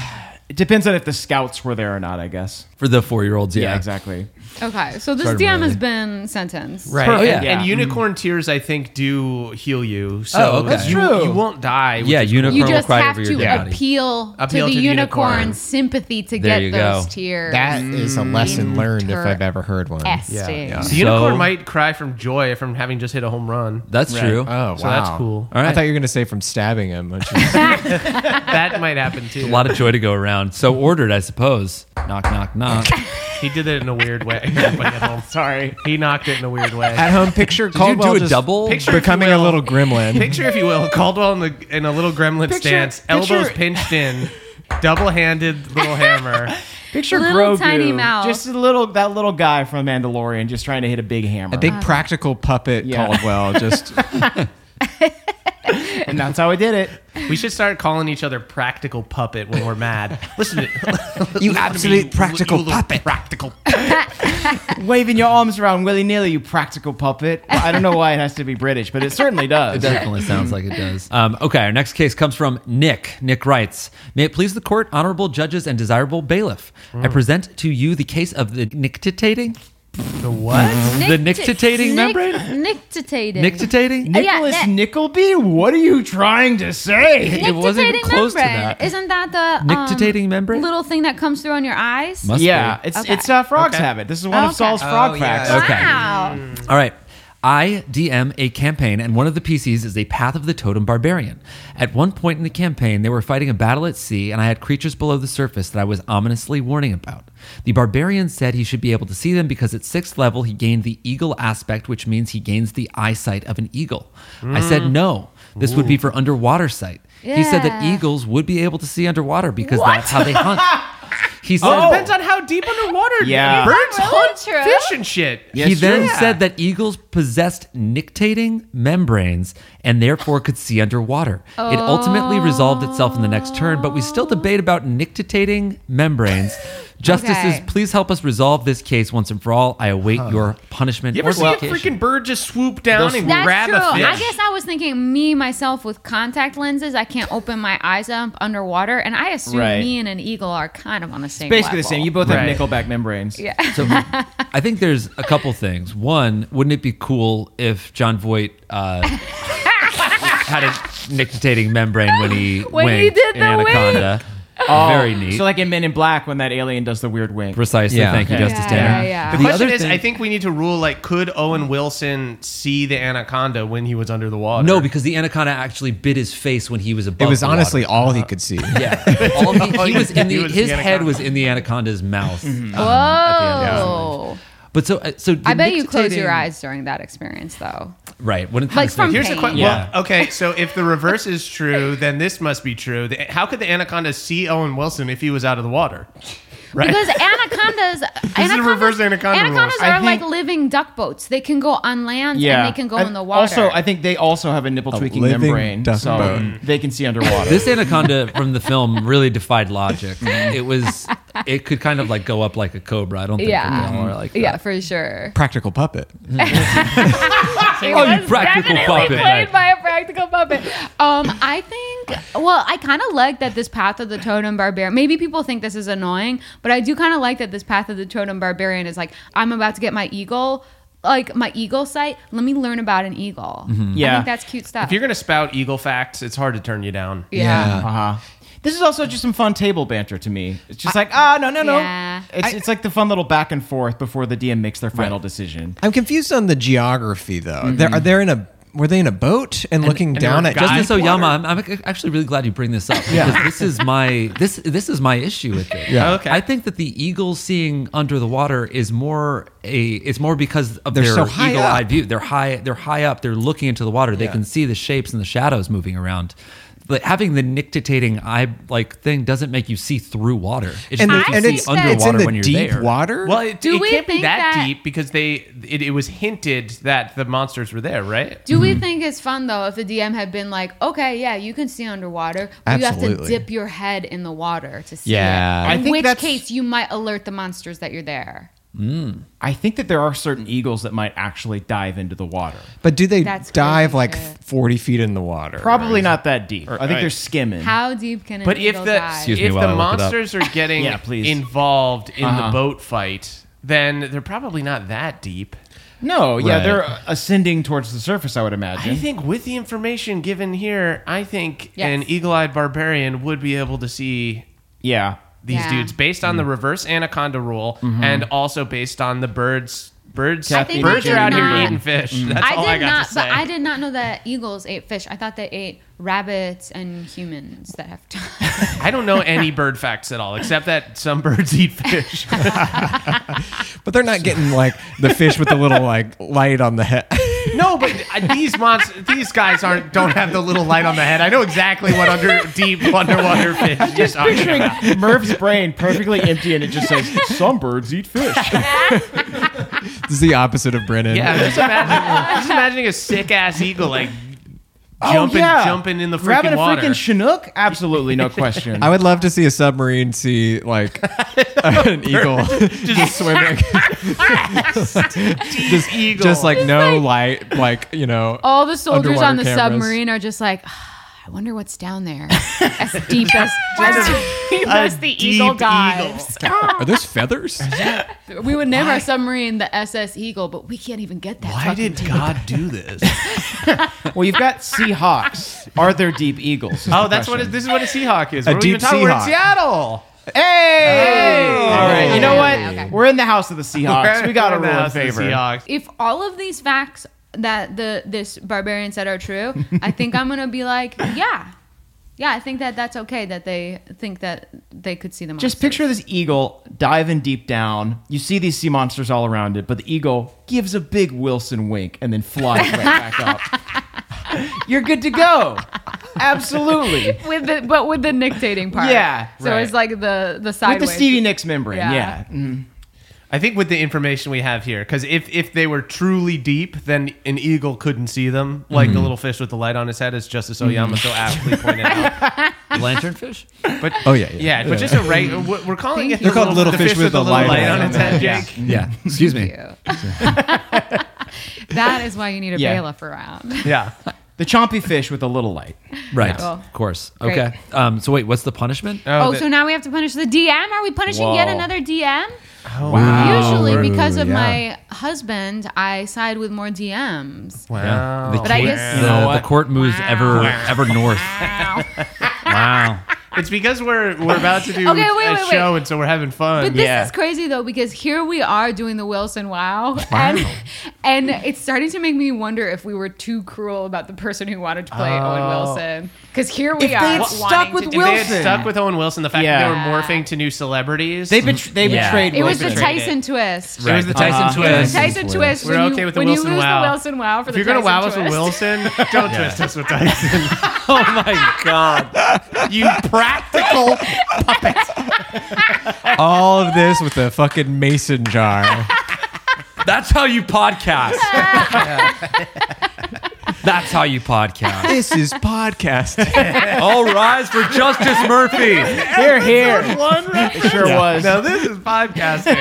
D: it depends on if the scouts were there or not, I guess.
B: for the four year olds. Yeah.
D: exactly.
E: Okay, so this
B: Started
E: DM has
B: really-
E: been sentenced.
C: Right.
B: Perfect.
C: and,
B: oh, Yeah.
C: and unicorn tears, I think, do heal you. So
B: Oh, okay. That's
C: you,
D: true.
C: you won't die. which
B: Yeah,
C: is
B: unicorn
E: You
B: will
E: just
B: cry
E: have
B: over your
E: to
B: dead body.
E: appeal,
C: Appeal
E: to the,
C: to the
E: unicorn's
C: unicorn.
E: sympathy to
B: There you
E: get
B: go.
E: those tears.
F: That is a lesson learned if
E: Inter-
F: I've ever heard one.
E: Esting.
C: The unicorn
B: So-
C: might cry from joy from having just hit a home run.
B: That's true.
F: Oh, wow.
C: So that's cool.
B: All right.
F: I thought you were going to say from stabbing him. Which is,
C: That might happen too.
B: A lot of joy to go around. So ordered, I suppose. Knock, knock, knock.
C: he did it in a weird way. Like at home.
D: Sorry.
C: He knocked it in a weird way.
F: at home, picture
B: Did you
F: Caldwell
B: do a
F: just
B: double?
C: Picture-
F: becoming a
C: Well,
F: little gremlin.
C: Picture, if you will, Caldwell in, the, in a little gremlin
D: Picture-
C: stance,
D: picture-
C: elbows pinched in, double-handed little hammer.
D: Picture
E: Little
D: Grogu,
E: tiny mouse.
D: just a little that little guy from Mandalorian, just trying to hit a big hammer.
F: a big practical puppet
D: Yeah.
F: Caldwell just
D: and that's how I did it.
C: We should start calling each other practical puppet when we're mad. Listen to
F: you
C: absolute practical
F: puppet.
C: practical.
D: Waving your arms around willy nilly, you practical puppet. I don't know why it has to be British, but it certainly does.
B: Definitely sounds like it does. Um, okay, our next case comes from Nick. Nick writes May it please the court, honorable judges, and desirable bailiff, I present to you the case of the nictitating.
C: The what?
B: The nictitating membrane?
E: Nictitating. Uh,
B: Nictitating?
E: Oh, Yeah,
D: Nicholas
E: that-
D: Nickleby, what are you trying to say?
B: It wasn't even
E: Nictitating
B: close to
E: membrane.
B: that.
E: Isn't that the um,
B: Nictitating membrane?
E: Little thing that comes through on your eyes.
B: Must
D: Yeah,
B: be.
D: it's
E: Okay.
D: it's uh, frogs habit. This is one
E: Okay.
D: of Saul's frog
F: Oh,
D: facts.
B: Okay.
E: Wow.
B: All right. I DM a campaign, and one of the PCs is a Path of the Totem Barbarian. At one point in the campaign, they were fighting a battle at sea, and I had creatures below the surface that I was ominously warning about. The barbarian said he should be able to see them because at sixth level, he gained the eagle aspect, which means he gains the eyesight of an eagle. I said no. This would be for underwater sight. He said that
E: Yeah.
B: eagles would be able to see underwater because that's how they hunt. He said,
C: It depends on how deep underwater.
D: Yeah.
C: Oh. birds
E: Is that
C: hunt
E: really true?
C: fish and shit.
B: he
D: Yes,
B: then
D: sure.
B: said that eagles possessed nictating membranes and therefore could see underwater. It ultimately resolved itself in the next turn, but we still debate about nictitating membranes. Justices,
E: Okay.
B: please help us resolve this case once and for all. I await your punishment
C: You
B: or
C: ever see a
B: vacation.
C: freaking bird just swoop down and
E: That's
C: grab
E: true.
C: a fish?
E: I guess I was thinking me myself with contact lenses. I can't open my eyes up underwater, and I assume
D: Right.
E: me and an eagle are kind of on the same.
D: Basically the
E: level.
D: same. You both
C: Right.
D: have Nickelback membranes. Yeah.
B: So I think there's a couple things. One, wouldn't it be cool if John Voight uh, had a nictitating membrane when he
E: When he
B: winked
E: did
B: in
E: the wink.
B: Anaconda? Very neat.
D: So like in Men in Black when that alien does the weird wink.
B: Precisely.
F: Yeah.
B: Thank you,
F: Okay.
B: Justice
E: Yeah,
B: Tanner.
E: yeah, yeah.
C: The,
E: The
C: question
B: other
C: is,
B: thing-
C: I think we need to rule like, could Owen Wilson see the anaconda when he was under the water?
B: No, because the anaconda actually bit his face when he was above.
F: it was
B: the
F: honestly
B: water.
F: all he could see.
B: yeah. All he, he was in
C: He
B: the,
C: was
B: his
C: the
B: head
C: anaconda.
B: was in the anaconda's mouth.
E: Whoa!
B: um, but so uh, so
E: I bet you close your
B: nictitating-
E: eyes during that experience, though.
B: Right. Wouldn't
E: Like
B: this
E: from
B: make-
C: Here's the
E: Pain.
C: question.
B: Yeah.
C: Well, okay, so if the reverse is true, then this must be true. The- How could the anaconda see Owen Wilson if he was out of the water? Right.
E: Because anacondas,
C: is
E: anacondas,
C: reverse anaconda rules.
E: anacondas
D: I
E: are like
D: think-
E: living duck boats. They can go on land and they can go in the water.
D: Also, I think they also have a nipple tweaking
F: living
D: membrane,
F: duck
D: so
F: bone.
D: they can see underwater.
B: This anaconda from the film really defied logic. It was, it could kind of like go up like a cobra. I don't think
E: Yeah.
B: yeah. they all are like that.
E: yeah, for sure.
F: Practical puppet.
E: Oh,
B: you practical puppet.
E: Played by a practical puppet. Um, I think. Well, I kind of like that this path of the totem barbarian. Maybe people think this is annoying, but I do kind of like that this path of the totem barbarian is like I'm about to get my eagle, like my eagle sight. Let me learn about an eagle. I
D: Yeah.
E: think that's cute stuff.
C: Mm-hmm. if you're gonna spout eagle facts, it's hard to turn you down.
E: yeah.
D: Uh-huh. This is also just some fun table banter to me. It's just like, ah, no, no, no.
E: Yeah.
D: It's, it's like the fun little back and forth before the DM makes their final decision.
F: I'm confused on the geography though. They're, are they in a were they in a boat and, looking
C: there
F: down
C: were
F: at
C: guys-
F: just
B: Justice
C: Water.
B: Oyama, I'm, I'm ac- actually really glad you bring this up because this is my this this is my issue with it.
F: Yeah.
C: Okay.
B: I think that the eagle seeing under the water is more a it's more because of
F: They're
B: their
F: so high
B: eagle
F: up.
B: eye view. They're high they're high up. They're looking into the water. They can see the shapes and the shadows moving around. But having the nictitating eye like thing doesn't make you see through water. It just
F: and,
B: makes
F: and
B: you
F: it's,
B: see underwater
F: it's in the
B: when you're
F: deep
B: there.
F: water.
C: Well, it,
E: Do
C: it
E: we
C: can't be
E: think
C: that,
E: that-
C: deep because they it, it was hinted that the monsters were there, right?
E: Do
F: Mm-hmm.
E: we think it's fun though if the DM had been like, okay, yeah, you can see underwater, but you have
F: Absolutely.
E: to dip your head in the water to see
F: Yeah.
E: it.
F: I
E: In
D: think
E: which
D: that's-
E: case you might alert the monsters that you're there.
D: I think that there are certain eagles that might actually dive into the water.
F: but do they
E: That's
F: dive
E: crazy
F: like
E: shit.
F: 40 feet in the water?
D: Probably not that deep. I think
C: right.
D: they're skimming.
E: How deep can an
C: But if
E: eagle
C: the
E: dive?
B: Excuse me
C: if
B: while I
C: the
B: look it up.
C: monsters are getting
D: Yeah, please.
C: involved in
D: Uh-huh.
C: the boat fight, then they're probably not that deep.
D: No, yeah,
F: Right.
D: they're ascending towards the surface. I would imagine.
C: I think with the information given here, I think
E: Yes.
C: an eagle-eyed barbarian would be able to see
D: yeah. Mm-hmm.
C: these
E: Yeah.
C: dudes based on the reverse anaconda rule and also based on the birds birds
E: I think
C: birds
E: I
C: are out
E: did
C: here
E: not-
C: eating fish.
D: Mm-hmm.
C: That's
E: I
C: all
E: did
C: I got
E: not,
C: to say.
E: but I did not know that eagles ate fish. I thought they ate rabbits and humans that have to.
C: I don't know any bird facts at all, except that some birds eat fish.
F: But they're not getting like the fish with the little like light on the head.
C: no, but uh, these monsters, these guys aren't don't have the little light on the head. I know exactly what under deep underwater fish. I'm just
D: Picturing Merv's brain perfectly empty, and it just says, "Some birds eat fish."
F: This is the opposite of Brennan.
C: Yeah, I'm just imagining, I'm just imagining a sick ass eagle like jumping, jumping in the freaking
D: grabbing
C: water.
D: a freaking chinook. Absolutely, no question.
F: I would love to see a submarine see like an eagle just swimming,
C: just eagle,
F: just like no light, like you know.
B: Oh.
E: All the soldiers on
F: underwater
E: the
F: cameras.
E: submarine are just like, "Ah, I wonder what's down there. As deep as, as
A: Unless the
C: deep
A: eagle
C: eagle.
A: dives.
F: Are those feathers?
E: we would name our submarine the SS Eagle, but we can't even get that.
C: Why
E: fucking
C: did
E: deep.
C: God do this?
D: well, you've got seahawks. Are there deep eagles? is
C: Oh,
D: the
C: that's what
D: question.
C: it, this is what a Seahawk is. What
F: A
C: are we even
F: deep
C: talking- We're in
F: Seahawk.
C: Seattle.
D: Hey! All right. You know what?
E: Okay, okay.
D: We're in the house of the Seahawks. We got a
C: We're the
D: rule in
C: house of the
D: favor.
C: Seahawks.
E: If all of these facts that the this barbarian said are true, I think I'm gonna be like, yeah, yeah. I think that that's okay that they think that they could see the monsters.
D: Just picture this eagle diving deep down. You see these sea monsters all around it, but the eagle gives a big Wilson wink and then flies right back up. You're good to go. Absolutely.
E: with the but with the nictating part.
D: Yeah,
E: So
D: right.
E: it's like the the
D: With
E: sideways.
D: the Stevie Nicks membrane.
E: Yeah.
D: Yeah.
C: I think with the information we have here, because if if they were truly deep, then an eagle couldn't see them, like the little fish with the light on his head, as Justice Oyama so aptly pointed out.
B: Lanternfish?
C: But
F: Oh, yeah, yeah.
C: yeah, but just a regular. We're calling it.
E: They're
C: the
F: called little
C: the
F: fish with
C: the
F: a
C: little
F: light
C: light
F: on
C: on
F: it.
C: its head.
D: Yeah.
C: Jake.
B: Yeah. Excuse me.
E: that is why you need a
D: Yeah.
E: bailiff around.
C: Yeah.
D: The chompy fish with a little light.
B: Right.
E: Yeah.
B: Of course.
E: Great.
B: Okay. Um, so wait, what's the punishment?
E: Oh,
C: the-
E: so now we have to punish the DM? Are we punishing yet
D: Whoa.
E: another DM?
F: Wow.
E: Usually, because of
G: yeah.
E: my husband, I side with more DMs.
C: Wow.
B: The,
E: But I
B: court-
E: guess-
B: the,
E: You know
B: the
D: what?
B: court moves ever ever north.
E: Ow.
B: Wow.
C: It's because we're we're about to do
E: Okay, wait,
C: a
E: wait, wait.
C: show, and so we're having fun.
E: But this
D: Yeah.
E: is crazy though because here we are doing the Wilson Wow, and and it's starting to make me wonder if we were too cruel about the person who wanted to play Owen Wilson because here we
D: If they
E: are
D: had
E: wanting
D: stuck
E: to
D: with
E: do
C: if they had
D: Wilson.
C: stuck with Owen Wilson, the fact
D: Yeah.
C: that they were morphing to new celebrities,
D: They, betr- they
B: Yeah.
D: betrayed
E: It was the
D: Wilson.
E: Tyson twist.
B: It was the
D: Right.
B: Tyson
D: Uh-huh.
B: twist.
E: Tyson twist.
C: We're
E: when you-
C: okay with the
E: when
C: Wilson
E: you lose
C: Wow.
E: the Wilson Wow for
C: If
E: the
C: you're gonna
E: Tyson
C: wow us
E: twist.
C: with Wilson, don't twist us with Tyson.
B: Oh my god.
C: You practical.
F: All of this with a fucking mason jar.
B: That's how you podcast. That's how you podcast.
F: this is podcast.
B: All rise for Justice Murphy.
D: Here, here. It sure was.
C: now this is podcasting.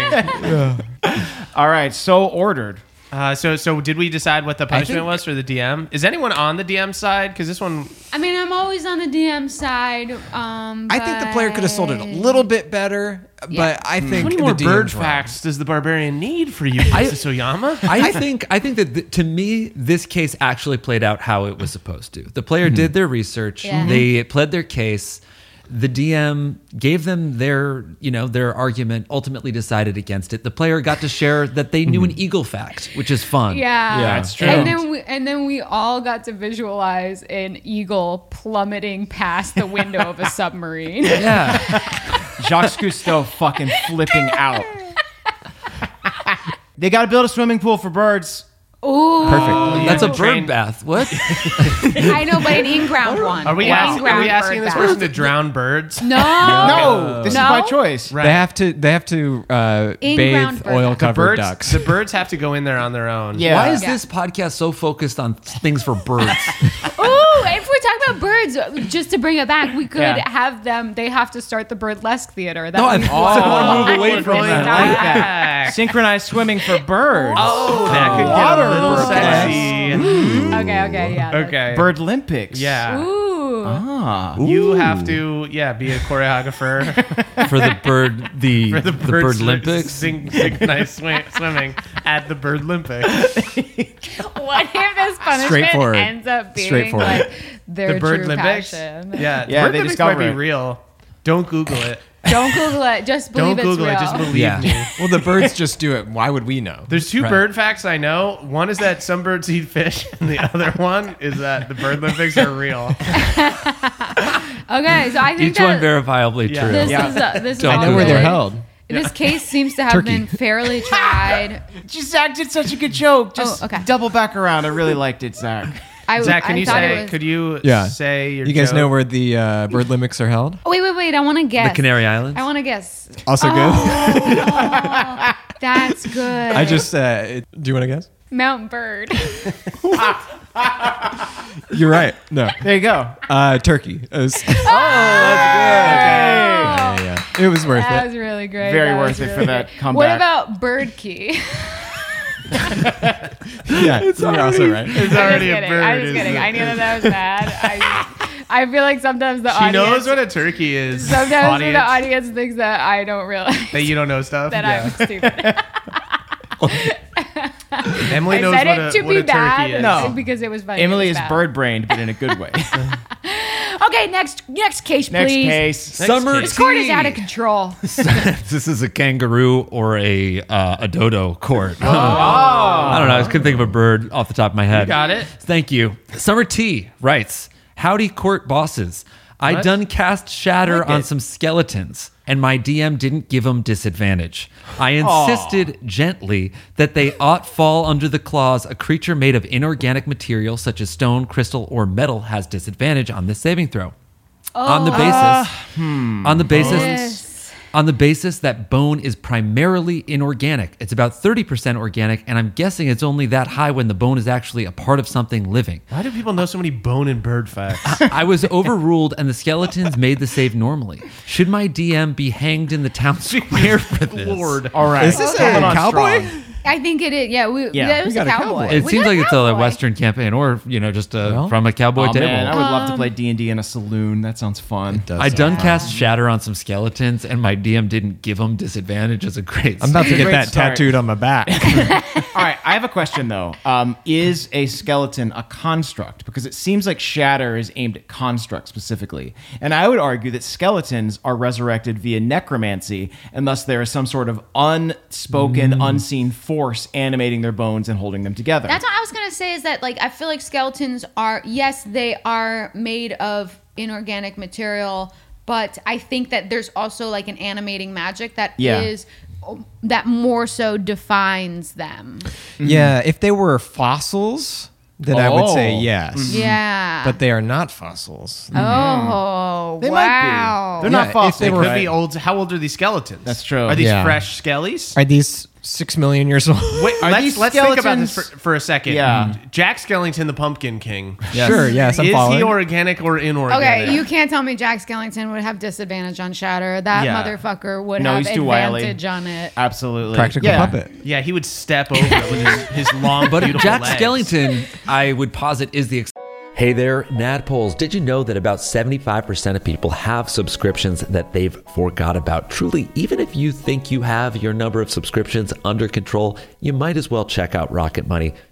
D: All right. So ordered.
C: Uh, so, so did we decide what the punishment was for the DM? Is anyone on the DM side? Because this one,
E: I mean, I'm always on the DM side. Um,
F: I think the player could have sold it a
E: but-
F: little bit better, but
E: Yeah.
F: I think
C: how many
F: the
C: more
F: DM's
C: bird
F: wrong.
C: facts does the barbarian need for you, Mrs. Oyama?
B: I think I think that th- to me this case actually played out how it was supposed to. The player did their research,
E: Yeah. Mhm.
B: they pled their case. The DM gave them their, you know, their argument. Ultimately decided against it. The player got to share that they knew an eagle fact, which is fun.
E: Yeah.
D: that's true.
E: And then we, and then we all got to visualize an eagle plummeting past the window of a submarine.
B: yeah.
D: Jacques Cousteau fucking flipping out. They got to build a swimming pool for birds.
E: Ooh, Oh.
F: Perfect.
B: That's a
C: Train-
B: bird bath. What?
E: I know, but an in-ground one.
C: Are we,
E: An
C: ask, are
E: in-ground
C: we asking
E: bird
C: this
E: bath.
C: person to drown birds?
E: No.
D: No, this
E: No?
D: is my choice.
C: Right.
F: They have to. They have to uh,
E: In-ground
F: bathe
E: bird.
F: oil covered
C: birds.
F: ducks.
C: The birds have to go in there on their own.
D: Yeah.
B: Why is
E: Yeah.
B: this podcast so focused on things for birds?
E: Ooh, if we're talking about birds, just to bring it back, we could
D: Yeah.
E: have them. They have to start the burlesque theater. That
B: No,
E: would
B: I'm
E: be
B: all I want to move away
C: We're
B: from
C: going
B: that.
D: I like
E: Yeah.
D: that. Synchronized swimming for birds.
C: Oh, that could
D: Water
C: get a little
D: birds.
C: sexy.
E: Okay, okay, yeah. that's-
C: Okay.
D: Bird Olympics.
C: Yeah.
E: Ooh.
C: You have to, yeah, be a choreographer
B: for the bird the,
C: for the,
B: the, bird Olympics.
C: Sing, synchronized swim, swimming at the Bird Olympics.
A: What if this punishment
F: Straightforward.
A: ends up being
F: Straightforward.
A: like their
C: The Bird
A: true
C: Olympics.
A: passion?
C: Yeah,
D: Yeah,
C: Bird
D: they
C: Olympics
D: discover
C: might be
D: it.
C: real. Don't Google it.
E: Don't Google it. Just believe
C: Don't
E: it's
C: Google
E: real.
C: it. Just believe
B: Yeah.
C: me.
F: Well, the birds just do it. Why would we know?
C: There's two bird facts I know. One is that some birds eat fish, and the other one is that the bird Olympics are real.
E: okay, so I think
B: Each one
E: that
B: verifiably
C: Yeah.
B: true.
E: this is a, this is
B: Don't
F: I
E: all
F: know where they're
E: really-
F: held.
E: This case seems to have been fairly tried.
D: Just Zach did such a good joke. Just
E: Oh, okay.
D: double back around. I really liked it, Zach.
E: I,
C: Zach, can
E: I
C: you
E: thought
C: say?
E: it was-
C: Could you
F: Yeah.
C: say your?
F: You guys
C: joke?
F: know where the uh, bird limits are held?
E: wait, wait, wait. I want to guess.
B: The Canary Islands.
E: I want to guess.
F: Also good.
E: That's good.
F: I just uh, it- do you want to guess?
A: Mount Bird.
F: You're right. No,
D: There you go.
F: uh, turkey. It was, yeah, yeah, yeah. It was worth
A: Oh, That
F: it.
A: was really great.
D: Very
A: That was
D: worth it for
A: really
D: that
A: great.
D: comeback.
A: What about Bird Key?
F: Yeah, you're also right.
C: It's already
A: I'm
C: a
A: just kidding.
C: bird.
A: I'm just
C: isn't
A: kidding.
C: it?
A: I knew that that was bad. I, I feel like sometimes the
C: She
A: audience
C: knows what a turkey is.
A: sometimes
C: audience,
A: the audience thinks that I don't realize
C: that you don't know stuff.
A: that
C: Yeah.
A: I'm stupid.
C: Emily
A: I
C: knows
A: said
C: what a,
A: it to
C: what
A: be
C: a turkey
A: bad
C: is.
D: No.
A: because it was funny.
D: Emily
A: It
D: is
A: was bad.
D: bird brained, but in a good way.
E: okay, next next case,
D: Next
E: please.
D: case.
B: Summer
E: This court is out of control.
B: this is a kangaroo or a uh, a dodo court. I don't know. I just couldn't think of a bird off the top of my head.
C: got it.
B: Thank you. Summer T writes, "Howdy, court bosses. I done cast shatter on some skeletons, and my DM didn't give them disadvantage. I insisted gently that they ought fall under the clause a creature made of inorganic material such as stone, crystal, or metal has disadvantage on this saving throw. on the basis, on the basis."
E: Yes.
B: on the basis that bone is primarily inorganic. It's about 30% organic, and I'm guessing it's only that high when the bone is actually a part of something living.
C: Why do people know so many bone and bird facts?
B: I was overruled, and the skeletons made the save normally. Should my DM be hanged in the town square for this?
C: Lord.
D: All right.
F: Is this
D: Coming
F: a
D: on
F: cowboy?
D: strong.
E: I think it is. Yeah, we,
D: Yeah,
E: that was
F: we
E: a
F: got a
E: cowboy.
F: cowboy.
B: It
E: We
B: seems
E: got
B: like
E: a
B: it's a
E: cowboy.
B: Western campaign, or you know, just a,
F: Well,
B: from a cowboy
D: Aw,
B: table.
D: man, I would love to
A: Um,
D: play D and D in a saloon. That sounds fun.
B: I done cast shatter on some skeletons, and my DM didn't give them disadvantage. As a great,
F: I'm about to get
D: Great
F: that
D: start.
F: tattooed on my back.
D: All right, I have a question though. Um, is a skeleton a construct? Because it seems like Shatter is aimed at construct specifically, and I would argue that skeletons are resurrected via necromancy, and thus there is some sort of unspoken, unseen force animating their bones and holding them together.
E: That's what I was gonna say. Is that like I feel like skeletons are yes, they are made of inorganic material, but I think that there's also like an animating magic that is
D: Yeah.
E: that more so defines them.
F: Yeah, if they were fossils, then I would say
D: Oh.
F: yes.
E: Yeah.
F: But they are not fossils.
E: oh
D: They
E: wow.
D: might be. They're
F: Yeah,
D: not
F: if
D: fossils.
F: they
C: They
F: were-
C: could
F: Right.
C: be old. How old are these skeletons?
D: That's true.
C: Are these
F: Yeah.
C: fresh skellies?
F: Are these six million years old?
C: Wait,
D: Are
C: let's,
D: these
C: let's think about this
D: skeletons-
C: for, for a second.
D: Yeah.
C: Jack Skellington, the Pumpkin King.
F: Sure, yes, I'm
C: Is
F: following.
C: he organic or
E: Okay,
C: inorganic?
E: you can't tell me Jack Skellington would have disadvantage on Shatter. That
C: Yeah.
E: motherfucker would
D: No,
E: have
D: he's too wily.
E: advantage on it.
D: Absolutely
F: Practical
D: Yeah.
F: puppet.
C: Yeah, he would step over it with his, his long,
B: But
C: beautiful
B: Jack
C: legs.
B: Skellington, I would posit, is the
H: Hey there, Nadpoles. Did you know that about 75% of people have subscriptions that they've forgot about? Truly, even if you think you have your number of subscriptions under control, you might as well check out Rocket Money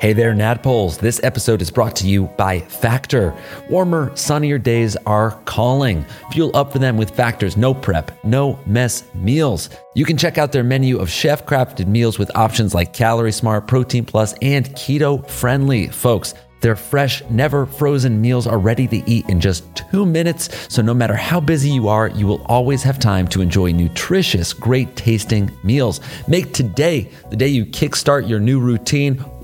B: Hey there, Nadpoles. This episode is brought to you by Factor. Warmer, sunnier days are calling. Fuel up for them with Factor's no prep, no mess meals. You can check out their menu of chef crafted meals with options like Calorie Smart, Protein Plus, and Keto Friendly, folks. Their fresh, never frozen meals are ready to eat in just two minutes. So, no matter how busy you are, you will always have time to enjoy nutritious, great tasting meals. Make today the day you kickstart your new routine.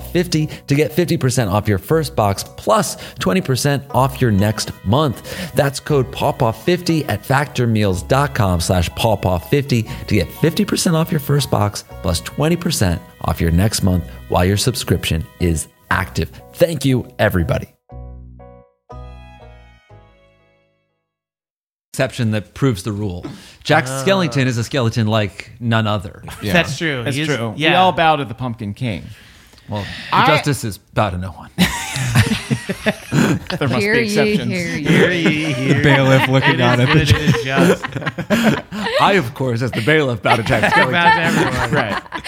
B: to get 50% off your first box plus 20% off your next month. That's code pawpaw50 at factormeals.com slash pawpaw50 to get 50% off your first box plus 20% off your next month while your subscription is active. Thank you, everybody.
I: exception that proves the rule. Jack Skellington is a skeleton like none other.
C: That's true.
D: That's
C: He is-
D: true.
C: Yeah.
D: We all bow to the Pumpkin King.
I: Well,
D: I-
I: justice is bow to no one.
D: There must
E: Hear ye,
D: be exceptions.
E: hear ye.
C: Hear ye, hear ye.
F: Bailiff looking
C: It is
F: down at the
C: good, it is just.
I: I, of course, as the bailiff, bow to Jack Skellington.
C: About everyone.
D: Right.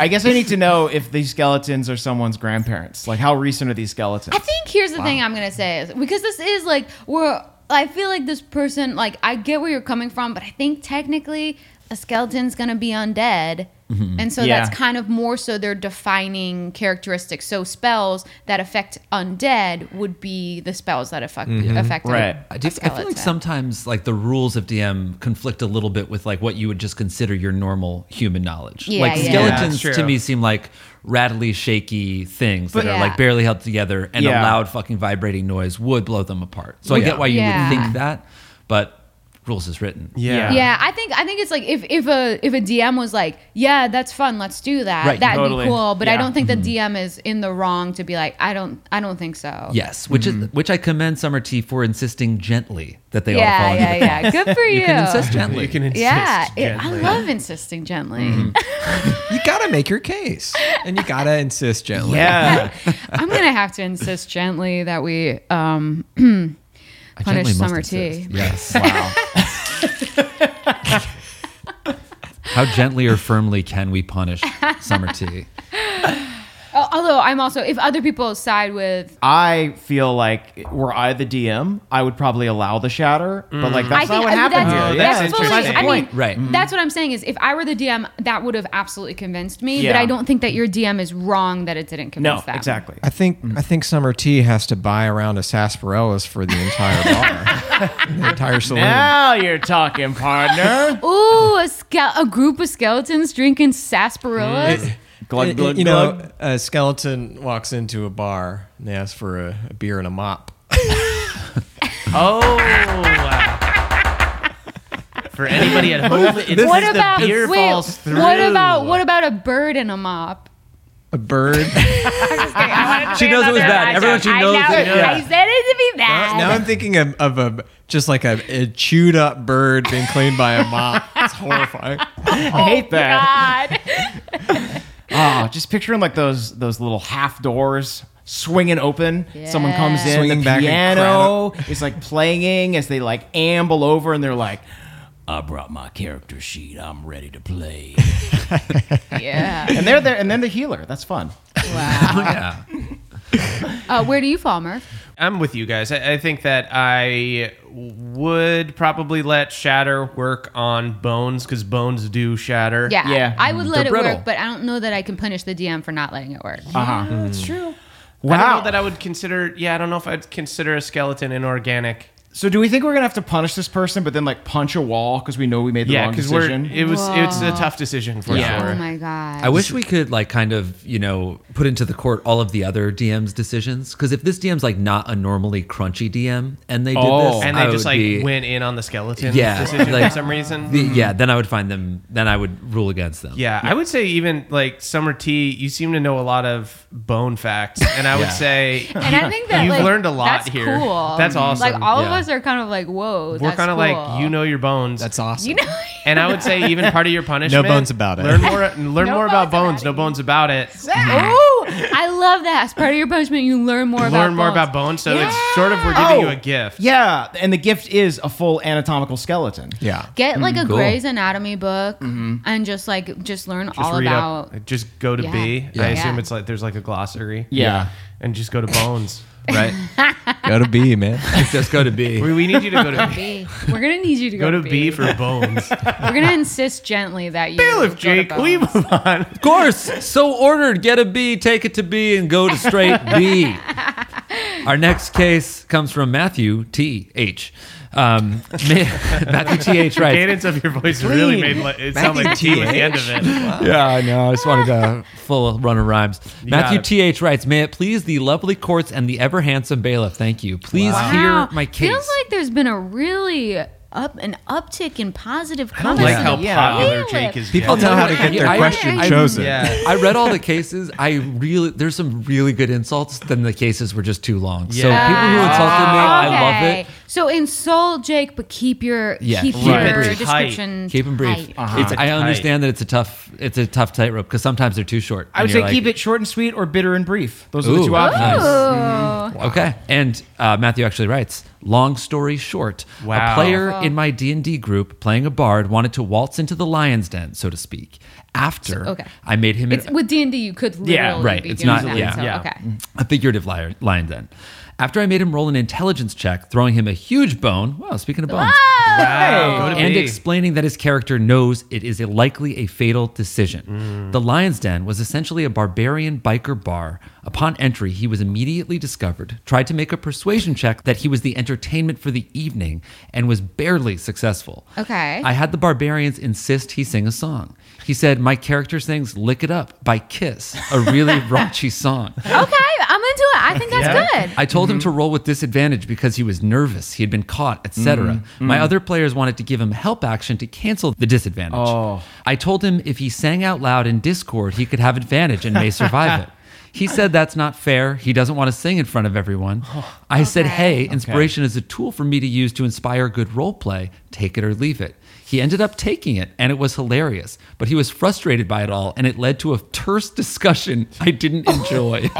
D: I guess I need to know if these skeletons are someone's grandparents. Like, how recent are these skeletons?
E: I think here's the thing I'm gonna say is because this is like we're I feel like this person like I get where you're coming from, but I think technically a skeleton's gonna be undead.
I: Mm-hmm.
E: And so
D: Yeah.
E: that's kind of more so their defining characteristics. So spells that affect undead would be the spells that affect affect
D: Right.
E: a,
I: Mm-hmm. I, do,
E: a
I: I feel
E: skeleton.
I: like sometimes like the rules of DM conflict a little bit with like what you would just consider your normal human knowledge.
E: Yeah,
I: like
E: yeah.
I: skeletons
C: Yeah, that's
I: to
C: true.
I: me seem like rattly, shaky things that
E: But-
I: are
E: Yeah.
I: like barely held together, and
D: Yeah.
I: a loud fucking vibrating noise would blow them apart. So I
F: Yeah.
I: get why you
E: Yeah.
I: would think that, but rules is written.
C: Yeah.
E: yeah, I think I think it's like if, if a if a DM was like, yeah, that's fun, let's do that,
I: Right, Mm-hmm.
E: that'd
D: totally.
E: be cool. But I
D: Yeah.
E: don't think the DM is in the wrong to be like, I don't I don't think so.
I: Yes, which is which I commend Summer T for insisting gently that they all
E: yeah,
I: fall into
E: yeah,
I: the
E: yeah. Good for you.
I: You can insist gently.
C: You can insist.
E: yeah, it- I
C: gently.
E: love insisting gently.
I: Mm-hmm.
F: You gotta make your case, and you gotta insist gently.
D: yeah.
E: I'm gonna have to insist gently that we um,
I: I
E: punish
I: gently must
E: Summer
I: insist.
E: T.
I: Yes. Wow. How gently or firmly can we punish Summer T?
E: Al- Oh, Although I'm also, if other people side with,
D: I feel like were I the DM, I would probably allow the shatter, but like that's
E: I think
D: not what
E: I mean,
D: happened
E: that's,
D: here.
E: that's,
C: that's
E: fully.
C: interesting.
E: I mean,
I: Right. Mm-hmm.
E: that's what I'm saying is, if I were the DM, that would have absolutely convinced me. But
D: Yeah.
E: I don't think that your DM is wrong that it didn't convince
D: no,
E: them.
D: exactly.
F: I think I think Summer T has to buy a round of sarsaparillas for the entire bar, the entire saloon.
D: Now you're talking, partner.
E: Ooh, a, ske- a group of skeletons drinking
F: Mm.
E: sarsaparillas.
D: glug,
F: you
D: glug,
F: you
D: glug.
F: know, a skeleton walks into a bar and asks for a, a beer and a mop.
C: Oh. For anybody at home, it is
E: what
C: the
E: about
C: beer
E: wait,
C: falls through.
E: what about what about a bird and a mop?
F: A bird.
I: She knows it was bad. Everyone she knows.
E: I,
I: it-
E: I said it to be bad.
F: now I'm thinking of, of a just like a, a chewed up bird being cleaned by a mop. It's horrifying.
D: I hate that.
E: God.
D: Oh, just picturing like those those little half doors swinging open. Someone comes in,
F: Swinging
D: the
F: back and
D: piano is like playing as they like amble over, and they're like, "I brought my character sheet. I'm ready to play."
E: yeah.
D: and they're there, and then the healer. That's fun.
I: Yeah.
E: Uh, where do you fall, Murph?
C: I'm with you guys. I, I think that I would probably let shatter work on bones because bones do shatter.
E: Yeah.
D: Yeah.
E: I would let
D: They're
E: it
D: brittle. Uh-huh.
E: work, but I don't know that I can punish the DM for not letting it work.
D: That's true.
C: I don't
D: Mm. Wow.
C: know that I would consider. Yeah, I don't know if I'd consider a skeleton inorganic.
D: So do we think we're gonna have to punish this person, but then like punch a wall because we know we made the
C: yeah,
D: wrong
C: because we're
D: decision?
C: it was it's a tough decision for
D: Yeah.
C: sure.
E: Oh my god.
B: I wish we could like kind of you know put into the court all of the other DM's decisions because if this DM's like not a normally crunchy DM and they did
D: Oh.
B: this
C: and
B: I
C: they just
B: would
C: like
B: be-
C: went in on the skeleton
B: Yeah,
C: decision
B: like-
C: for some reason.
B: the- yeah then I would find them then I would rule against them
C: yeah, I would say even like Summer T, you seem to know a lot of bone facts, and I would say
E: and I think that
C: you've
E: like,
C: learned a lot
E: that's
C: here.
E: Cool.
C: That's awesome.
E: Like all of
B: Yeah.
E: us are kind of like, whoa.
C: we're
E: kind of
C: like you know your bones.
F: That's awesome.
E: You know.
C: and I would say even part of your punishment.
F: No bones about it.
C: Learn more. Learn
E: No
C: more about
E: bones
C: bones.
E: about
C: No
E: it.
C: bones about it.
E: oh, I love that. As part of your punishment, you learn more about Oh.
C: learn more about bones. So it's sort of we're giving you a gift.
D: Yeah, and the gift is a full anatomical skeleton.
F: Yeah.
E: Get like a
B: cool.
E: Grey's Anatomy book and just like just learn
C: Just
E: all
C: read
E: about.
C: up. Just go to
E: Yeah.
C: B. I
E: Yeah.
C: assume
E: Yeah.
C: it's like there's like a glossary.
D: Yeah.
C: And just go to bones.
B: right
F: Go to B, man.
B: just go to B
C: we, we need you to go to B.
E: B. We're gonna need you to go,
C: Go to B for bones.
E: We're gonna insist gently that you.
C: Bailiff
E: go to
C: Jake, will you
E: bones.
C: move on?
B: of course so ordered get a B take it to B and go to straight B. Our next case comes from Matthew T H. Um, Ma- Matthew T H. Right.
C: Cadence of your voice really made li- it sound like T at the end of it.
B: yeah, I know. I just wanted a full run of rhymes. Matthew
C: got it.
B: T.H. writes, May it please the lovely courts and the ever handsome bailiff. Thank you. Please
E: Wow.
B: hear my case.
E: Feels like there's been a really up an uptick in positive comments.
C: Like how
E: Yeah.
C: popular
E: Bailiff.
C: Jake is.
F: People
C: getting.
F: know how to get their
B: I-
F: question
B: I-
F: chosen.
C: Yeah.
B: I read all the cases. I really there's some really good insults. Then the cases were just too long. So
C: Yeah.
B: people who insulted me, I love it.
E: Okay. So insult Jake, but keep your
B: Yeah,
E: keep
B: keep
C: it
E: your
C: brief.
E: description.
B: Keep them brief.
E: tight.
D: Uh-huh.
B: It's- I understand that it's a tough it's a tough tightrope because sometimes they're too short.
D: I would
B: And
D: say
B: you're like,
D: keep it short and sweet or bitter and brief. Those are the
B: Ooh,
D: two options.
B: nice.
E: Oh.
B: Okay, and uh, Matthew actually writes. Long story short, a
C: Wow.
B: player in my D and D group playing a bard wanted to waltz into the lion's den, so to speak. After
E: okay.
B: I made him
E: It's
B: an,
E: with D and D. You could literally
D: Yeah,
B: right,
E: Be
B: it's
E: doing
B: not-
E: that,
B: yeah.
E: so,
C: Yeah.
E: Okay.
B: a figurative lion, lion den. After I made him roll an intelligence check, throwing him a huge bone. Wow, speaking of bones.
C: Wow, go to
B: and
C: B.
B: explaining that his character knows it is a likely a fatal decision. The Lion's Den was essentially a barbarian biker bar. Upon entry, he was immediately discovered, tried to make a persuasion check that he was the entertainment for the evening, and was barely successful.
E: Okay.
B: I had the barbarians insist he sing a song. He said, My character sings Lick It Up by Kiss, a really raunchy song.
E: okay, I'm into it. I think that's good.
B: I told him to roll with disadvantage because he was nervous, he had been caught, etc. My other players wanted to give him help action to cancel the disadvantage. I told him if he sang out loud in Discord, he could have advantage and may survive it. He said that's not fair. He doesn't want to sing in front of everyone. I said, "Hey, inspiration is a tool for me to use to inspire good role play. Take it or leave it." He ended up taking it, and it was hilarious. But he was frustrated by it all, and it led to a terse discussion I didn't enjoy.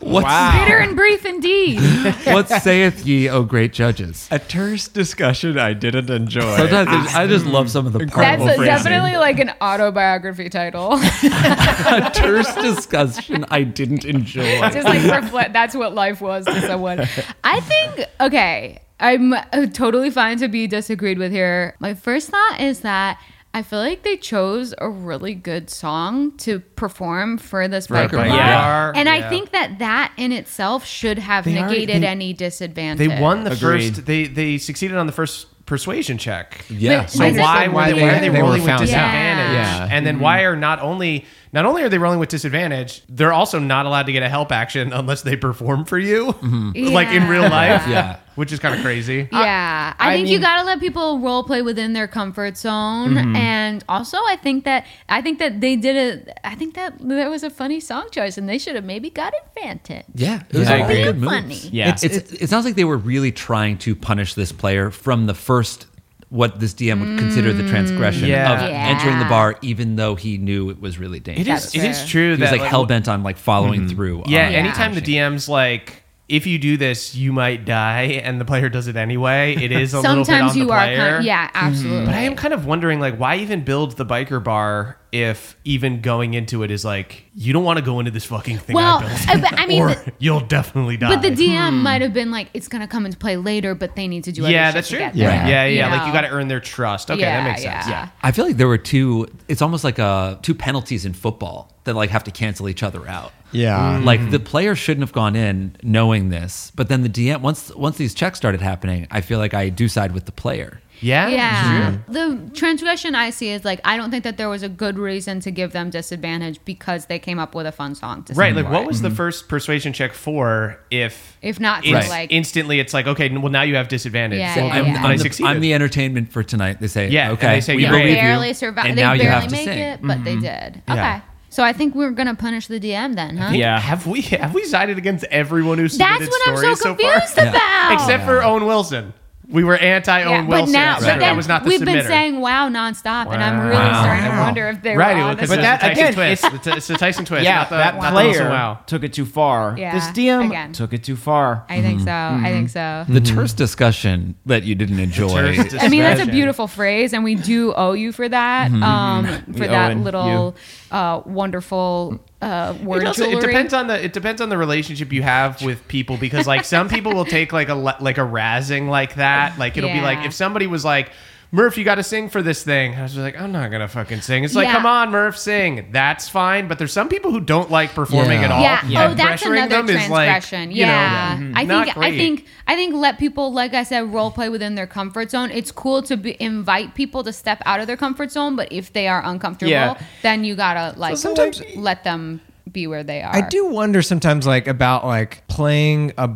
B: What's
E: Bitter and brief indeed.
B: what saith ye, O great judges?
F: A terse discussion I didn't enjoy.
B: Sometimes I just- I just love some of the
E: That's
B: purple
E: a-
B: phrases.
E: definitely like an autobiography title.
B: a terse discussion I didn't enjoy.
E: Just like reflect. That's what life was to someone. I think. Okay, I'm uh, totally fine to be disagreed with here. My first thought is that. I feel like they chose a really good song to perform for this
B: a
E: biker
B: biker
E: bar.
C: bar,
E: And I
C: yeah.
E: think that that in itself should have
C: They already-
E: negated
C: they-
E: any disadvantage.
C: They won the
D: Agreed.
C: first. They they succeeded on the first persuasion check.
B: Yeah.
E: But
C: So
E: Like I
C: why
E: said,
C: were they, why
F: why
C: are they,
F: they- they were
C: rolling with
F: found out.
C: disadvantage?
E: Yeah.
C: And then why are not only not only are they rolling with disadvantage, they're also not allowed to get a help action unless they perform for you, like in real
E: Yeah.
C: life.
B: Yeah.
C: which is kind of crazy.
E: Yeah, I,
D: I
E: think you
D: mean-
E: gotta let people role play within their comfort zone,
C: Mm-hmm.
E: and also I think that I think that they did a I think that that was a funny song choice, and they should have maybe got advantage.
B: Yeah, it was
D: I
B: all
D: agree.
B: good moves.
E: Funny.
D: Yeah.
B: it's, it's, it sounds like they were really trying to punish this player from the first. What this DM would consider the transgression
C: Mm, Yeah.
B: of
E: Yeah.
B: entering the bar, even though he knew it was really dangerous.
C: It is.
E: That's
C: It is
E: fair.
C: true
B: He was
C: that Mm-hmm.
B: like hell bent on like following through.
C: Yeah,
B: on the
C: anytime the
B: action.
C: DM's like, if you do this, you might die, and the player does it anyway. It is a little bit on
E: Sometimes
C: the
E: you are,
C: player. Mm-hmm.
B: Mm.
E: kind yeah, absolutely.
C: But I am kind of wondering, like, why even build the biker bar if even going into it is like you don't want to go into this fucking thing.
E: Well,
C: I, built,
E: I- but I mean,
C: or
E: the-
C: you'll definitely die.
E: But the DM might have been like, it's gonna come into play later, but they need to do.
C: Hmm. yeah,
E: other
C: that's
E: shit
C: true.
E: to
C: Yeah,
E: get there.
C: yeah, yeah. Like you
E: know?
C: got to earn their trust. Okay, that makes sense.
E: Yeah.
B: I feel like there were two. It's almost like uh two penalties in football that like have to cancel each other out.
F: Yeah.
C: Mm.
B: Like the player shouldn't have gone in knowing this, but then the DM once once these checks started happening, I feel like I do side with the player.
C: Yeah,
E: Yeah. The transgression I see is like, I don't think that there was a good reason to give them disadvantage because they came up with a fun song to sing.
C: Right, like
E: for
C: what
E: it.
C: was
B: Mm-hmm.
C: the first persuasion check for? If
E: If not, for
C: inst-
E: like,
C: instantly, it's like okay, well now you have disadvantage.
E: Yeah, Well, yeah,
B: I'm,
E: yeah.
C: But
B: I'm
C: I
B: the,
C: succeeded.
B: I'm the entertainment for tonight. They say,
C: Yeah, and
B: okay,
C: they say,
B: we
C: yeah.
B: believe you,
E: barely survived.
B: and
E: They
B: now you
E: barely
B: have to
E: make
B: sing.
E: it, but they
C: Mm-hmm.
E: did. Okay.
C: Yeah.
E: So I think we're gonna punish the DM then, huh?
D: Yeah.
C: have we have we sided against everyone who submitted
E: That's what I'm so
C: stories far?
E: confused about.
C: Except for Owen Wilson. We were anti
E: Yeah,
C: Owen Wilson.
E: but now,
C: That's
E: but
C: true.
E: then
C: that was not the
E: we've
C: submitter.
E: been saying wow nonstop, and I'm really
C: Wow.
E: starting to wonder if they
C: right,
E: were
C: well,
E: honest.
C: 'cause
D: But
C: it's
D: that-
C: a Tyson
D: again,
C: twist. It's, a, it's a Tyson twist.
D: yeah,
C: not the,
D: that
C: not the
D: player
C: Wilson wow.
D: took it too far.
E: Yeah,
D: This DM
E: again.
D: took it too far.
E: I
C: Mm-hmm.
E: think so. I think so.
B: The terse discussion that you didn't enjoy.
C: Terrorist
E: I mean, that's a
C: distraction.
E: beautiful phrase, and we do owe you for that,
C: Mm-hmm.
E: um, for
D: We
E: that
D: owen
E: little uh, wonderful uh, word
C: It, also- it
E: jewelry.
C: depends on the it depends on the relationship you have with people because like some people will take like a le- like a razzing like that like it'll be like
E: Yeah.
C: if somebody was like Murph you got to sing for this thing I was just like I'm not gonna fucking sing it's like
E: Yeah.
C: come on Murph sing that's fine but there's some people who don't like performing
F: Yeah.
C: at all
E: Yeah. Oh,
C: and
E: that's
C: pressuring
E: another
C: them is, like,
E: transgression.
C: you know, mm-hmm.
E: yeah. I
C: not
E: think I
C: great.
E: think I think let people, like I said, role play within their comfort zone. It's cool to be, invite people to step out of their comfort zone, but if they are uncomfortable,
D: Yeah.
E: then you gotta like
F: sometimes-
E: let them be where they are.
F: I do wonder sometimes, like about like playing a.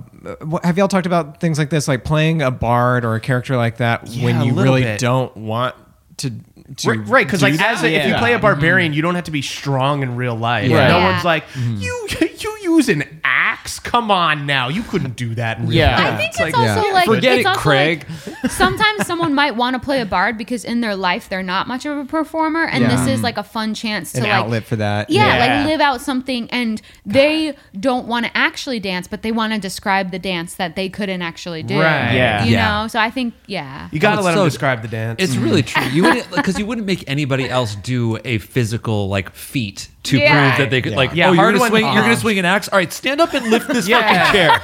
F: what- Have y'all talked about things like this, like playing a bard or a character like that
C: Yeah,
F: when
C: a
F: you
C: little
F: really
C: bit.
F: don't want to. to
C: Right, right, because
F: do
C: like
F: that?
C: as a, if you
D: Yeah.
C: play a barbarian, you don't have to be strong in real life.
D: Right.
C: No
E: Yeah.
C: one's like you. You use an axe? Come on now, you couldn't do that in real
D: Yeah.
C: life.
E: I think it's, also
F: Yeah.
E: like
F: Forget
E: it's
F: it,
E: also
F: Craig.
E: like, sometimes someone might want to play a bard because in their life they're not much of a performer, and this
F: Yeah.
E: is like a fun chance to
F: an
E: like
F: outlet for that.
E: Yeah,
C: Yeah.
E: like live out something, and they don't want to actually dance, but they want to describe the dance that they couldn't actually do.
C: Right.
D: Yeah.
E: You
B: Yeah.
E: know, so I think yeah.
C: you gotta
B: Well,
C: let
B: so-
C: them describe the dance.
B: It's really true. You wouldn't because you wouldn't make anybody else do a physical like feat to
E: Yeah.
B: prove that they could like.
C: Yeah,
B: oh, you're
C: hard
B: gonna
C: one-
B: swing. You're gonna
C: uh-huh.
B: swing an axe. All right, stand up and lift this
C: Yeah.
B: fucking chair.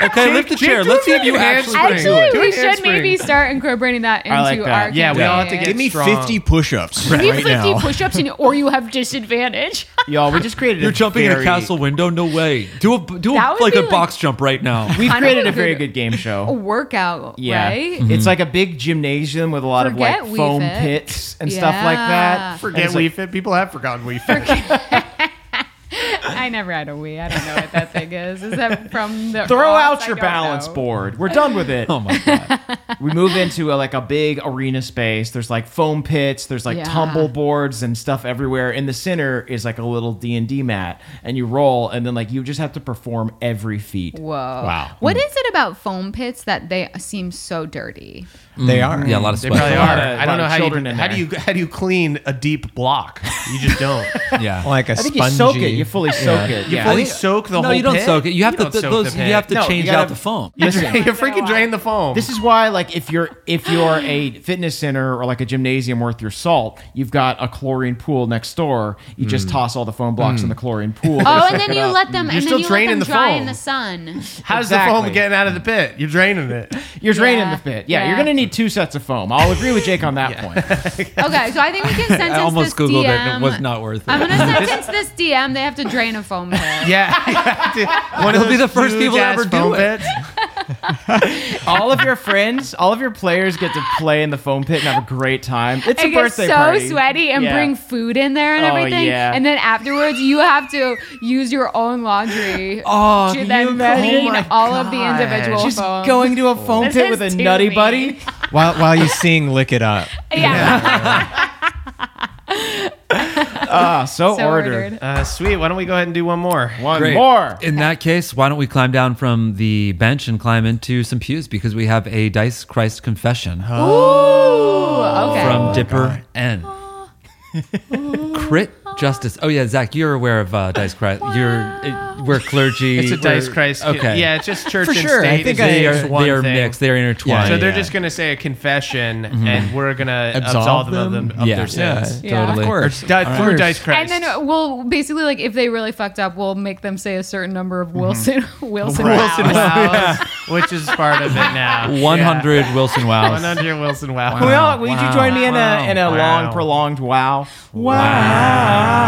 B: Okay, lift the
C: Jake,
B: chair.
C: do
B: Let's see if you
C: your hand
B: actually.
C: spring. Do it.
E: Actually,
C: Do
E: we
C: an
E: should
C: handspring.
E: maybe start incorporating that into
D: I like that.
E: our.
C: Yeah, we all have to
E: campaign.
C: get-
F: give me
C: strong.
F: fifty push-ups right,
E: You have
F: now.
E: 50 push-ups and you- or you have disadvantage.
D: Y'all, we just created
B: You're
D: a
B: jumping in a
D: very-
B: castle window. No way. Do a do
E: That
B: a,
E: would
B: like
E: be,
B: a
E: like-
B: box jump right now.
D: We've
E: Kind of
D: created
E: a
D: a very
E: good-
D: good game
E: A
D: show.
E: workout,
D: Yeah.
E: Oh,
D: Mm-hmm.
E: right?
D: It's like a big gymnasium with a lot
E: Forget
D: of like foam
E: Wii Fit.
D: pits and stuff like
E: Yeah.
D: that. And
C: Forget
D: it's like-
C: we fit. People have forgotten we fit.
E: I never had a Wii. I don't know what that thing is. Is that from the
D: Throw
E: Ross?
D: out
E: I
D: your
E: don't
D: balance
E: know.
D: board. We're done with it.
B: Oh my god.
D: we move into a, like a big arena space. There's like foam pits. There's like
E: Yeah.
D: tumble boards and stuff everywhere. In the center is like a little D and D mat, and you roll, and then like you just have to perform every feat.
E: Whoa! Wow! What is it about foam pits that they seem so dirty?
F: They are.
B: Yeah, a lot of
C: They probably
B: sweat.
C: are.
D: of-
C: I
D: lot
C: don't
D: of
C: know how you
D: children in
C: how do you how do you clean a deep block? You just don't.
B: Yeah.
F: like a
D: I think
F: spongy.
D: you soak it. You fully soak it.
C: You
D: Yeah.
C: fully soak the
B: no,
C: whole.
B: you don't
C: pit?
B: soak it. You have to
C: don't
B: th-
C: soak
B: those.
C: the
B: You
C: pit.
B: have to
D: No, you
B: change
D: gotta-
B: out the foam.
C: You drain- you freaking drain the foam.
D: This is why, like, if you're if you're a fitness center or like a gymnasium worth your salt, you've got a chlorine pool next door. You just toss all the foam blocks in the chlorine pool.
E: Oh, and then you let them.
C: You're
E: and then
C: still
E: you let
C: draining
E: them
C: the
E: dry in
C: foam.
E: the sun.
C: How's the
D: Exactly.
C: foam getting out of the pit? You're draining it.
D: you're draining
E: Yeah.
D: the pit. Yeah,
E: Yeah.
D: you're gonna need two sets of foam. I'll agree with Jake on that point.
E: Okay, so I think we can sentence
B: I almost
E: this
B: googled
E: DM.
B: it. and It was not worth
E: I'm
B: it.
E: gonna sentence this DM. They have to drain a foam pit.
C: Yeah, one
B: It'll be the first people to ever do it.
D: all of your friends, all of your players get to play in the foam pit and have a great time. It's
E: It
D: a
E: gets
D: birthday
E: so
D: party.
E: sweaty and
D: Yeah.
E: bring food in there and
D: Oh,
E: everything.
D: yeah.
E: And then afterwards, you have to use your own laundry
B: Oh,
E: to
B: can
E: then
B: you imagine?
E: clean
B: Oh my
E: all of the individual
D: Just
E: foam.
D: going to a foam
E: This
D: pit with a
E: is too
D: nutty
E: mean.
D: buddy.
F: while while you sing "Lick It Up."
E: yeah.
D: Ah, so,
E: So
D: ordered.
E: ordered.
C: Uh, sweet. Why don't we go ahead and do one more?
D: One
B: Great.
D: more.
B: In that case, why don't we climb down from the bench and climb into some pews because we have a Dice Christ confession
E: Ooh.
C: Oh.
E: Okay.
F: Oh.
B: from Dipper N. Crit Justice. Oh yeah, Zach, you're aware of uh, Dice Christ. You're uh, we're clergy.
C: It's a dice
B: we're-
C: Christ.
B: Okay.
C: Yeah, it's just church
F: For
C: and
F: sure. I
C: state.
F: think
C: is
B: they
C: just
B: are
C: one
B: they are
C: thing.
B: mixed. They're intertwined.
C: So they're
F: Yeah.
C: just going to say a confession, and we're going to absolve,
F: Absolve
C: them, of,
F: them?
C: them, of
B: yeah,
C: their
B: yeah,
C: sins.
E: Yeah.
B: totally.
F: Of course.
C: Or di-
F: Of
C: through
F: course.
C: dice Christ.
E: And then we'll basically like if they really fucked up, we'll make them say a certain number of Wilson Wilson
C: Right.
E: vows.
C: Wilson Wows, which is part of it now.
B: 100 Wilson
C: Yeah.
B: Wows.
C: 100 Wilson Wows.
D: Can we all, would you join me in a in a
C: Wow.
D: long, prolonged wow? Wow,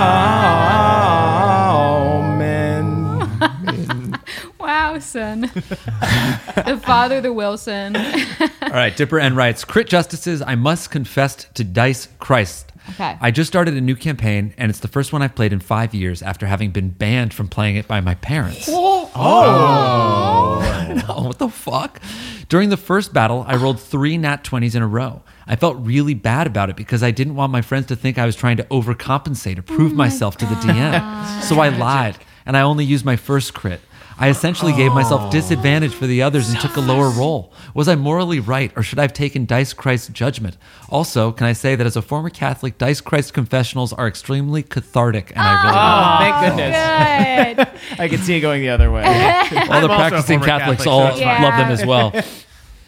D: man.
E: Wow, son. the father, the Wilson.
B: All right, Dipper and writes, Crit Justices, I must confess to Dice Christ.
E: Okay.
B: I just started a new campaign, and it's the first one I've played in five years after having been banned from playing it by my parents. Oh! no, what the fuck? During the first battle, I rolled three nat 20s in a row. I felt really bad about it because I didn't want my friends to think I was trying to overcompensate or prove
C: Oh
B: myself to the DM. So I lied, and I only used my first crit. I essentially gave myself disadvantage for the others and took a lower roll. Was I morally right, or should I have taken Dice Christ's judgment? Also, can I say that as a former Catholic, Dice Christ confessionals are extremely cathartic, and I
C: Ah.
B: really love
D: Oh, thank goodness.
E: Good.
D: I could see it going the other way.
B: all the
C: I'm also a
B: practicing
C: former
B: Catholics
C: Catholic, so
B: all
C: that's
E: fine.
B: love them as well.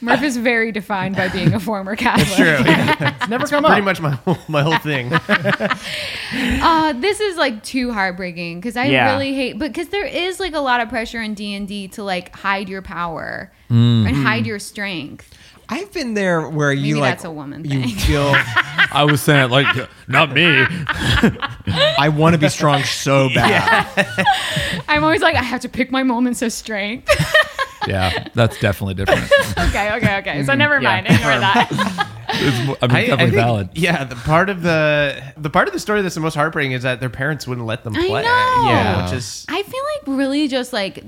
E: Murph is very defined by being a former Catholic.
C: True. Yeah.
D: It's never come
C: Pretty
D: up.
C: much my whole, my whole thing.
E: Uh, this is like too heartbreaking because I
D: Yeah.
E: really hate, but because there is like a lot of pressure in D and D to like hide your power
D: Mm.
E: and hide your strength.
F: I've been there where you
E: Maybe
F: like
E: that's a woman
F: you
E: thing.
F: feel
B: I was saying like, not me.
F: I want to be strong so bad.
E: I'm always like, I have to pick my moments of strength.
B: Yeah, that's definitely different.
E: okay, okay, okay. So never
D: Mm-hmm. yeah.
E: mind. Ignore that.
B: It's, mo- I mean, definitely
C: think-
B: valid.
C: Yeah, the part of the the part of the story that's the most heartbreaking is that their parents wouldn't let them
E: I
C: play.
E: know.
C: Yeah, which is
E: I feel like really just like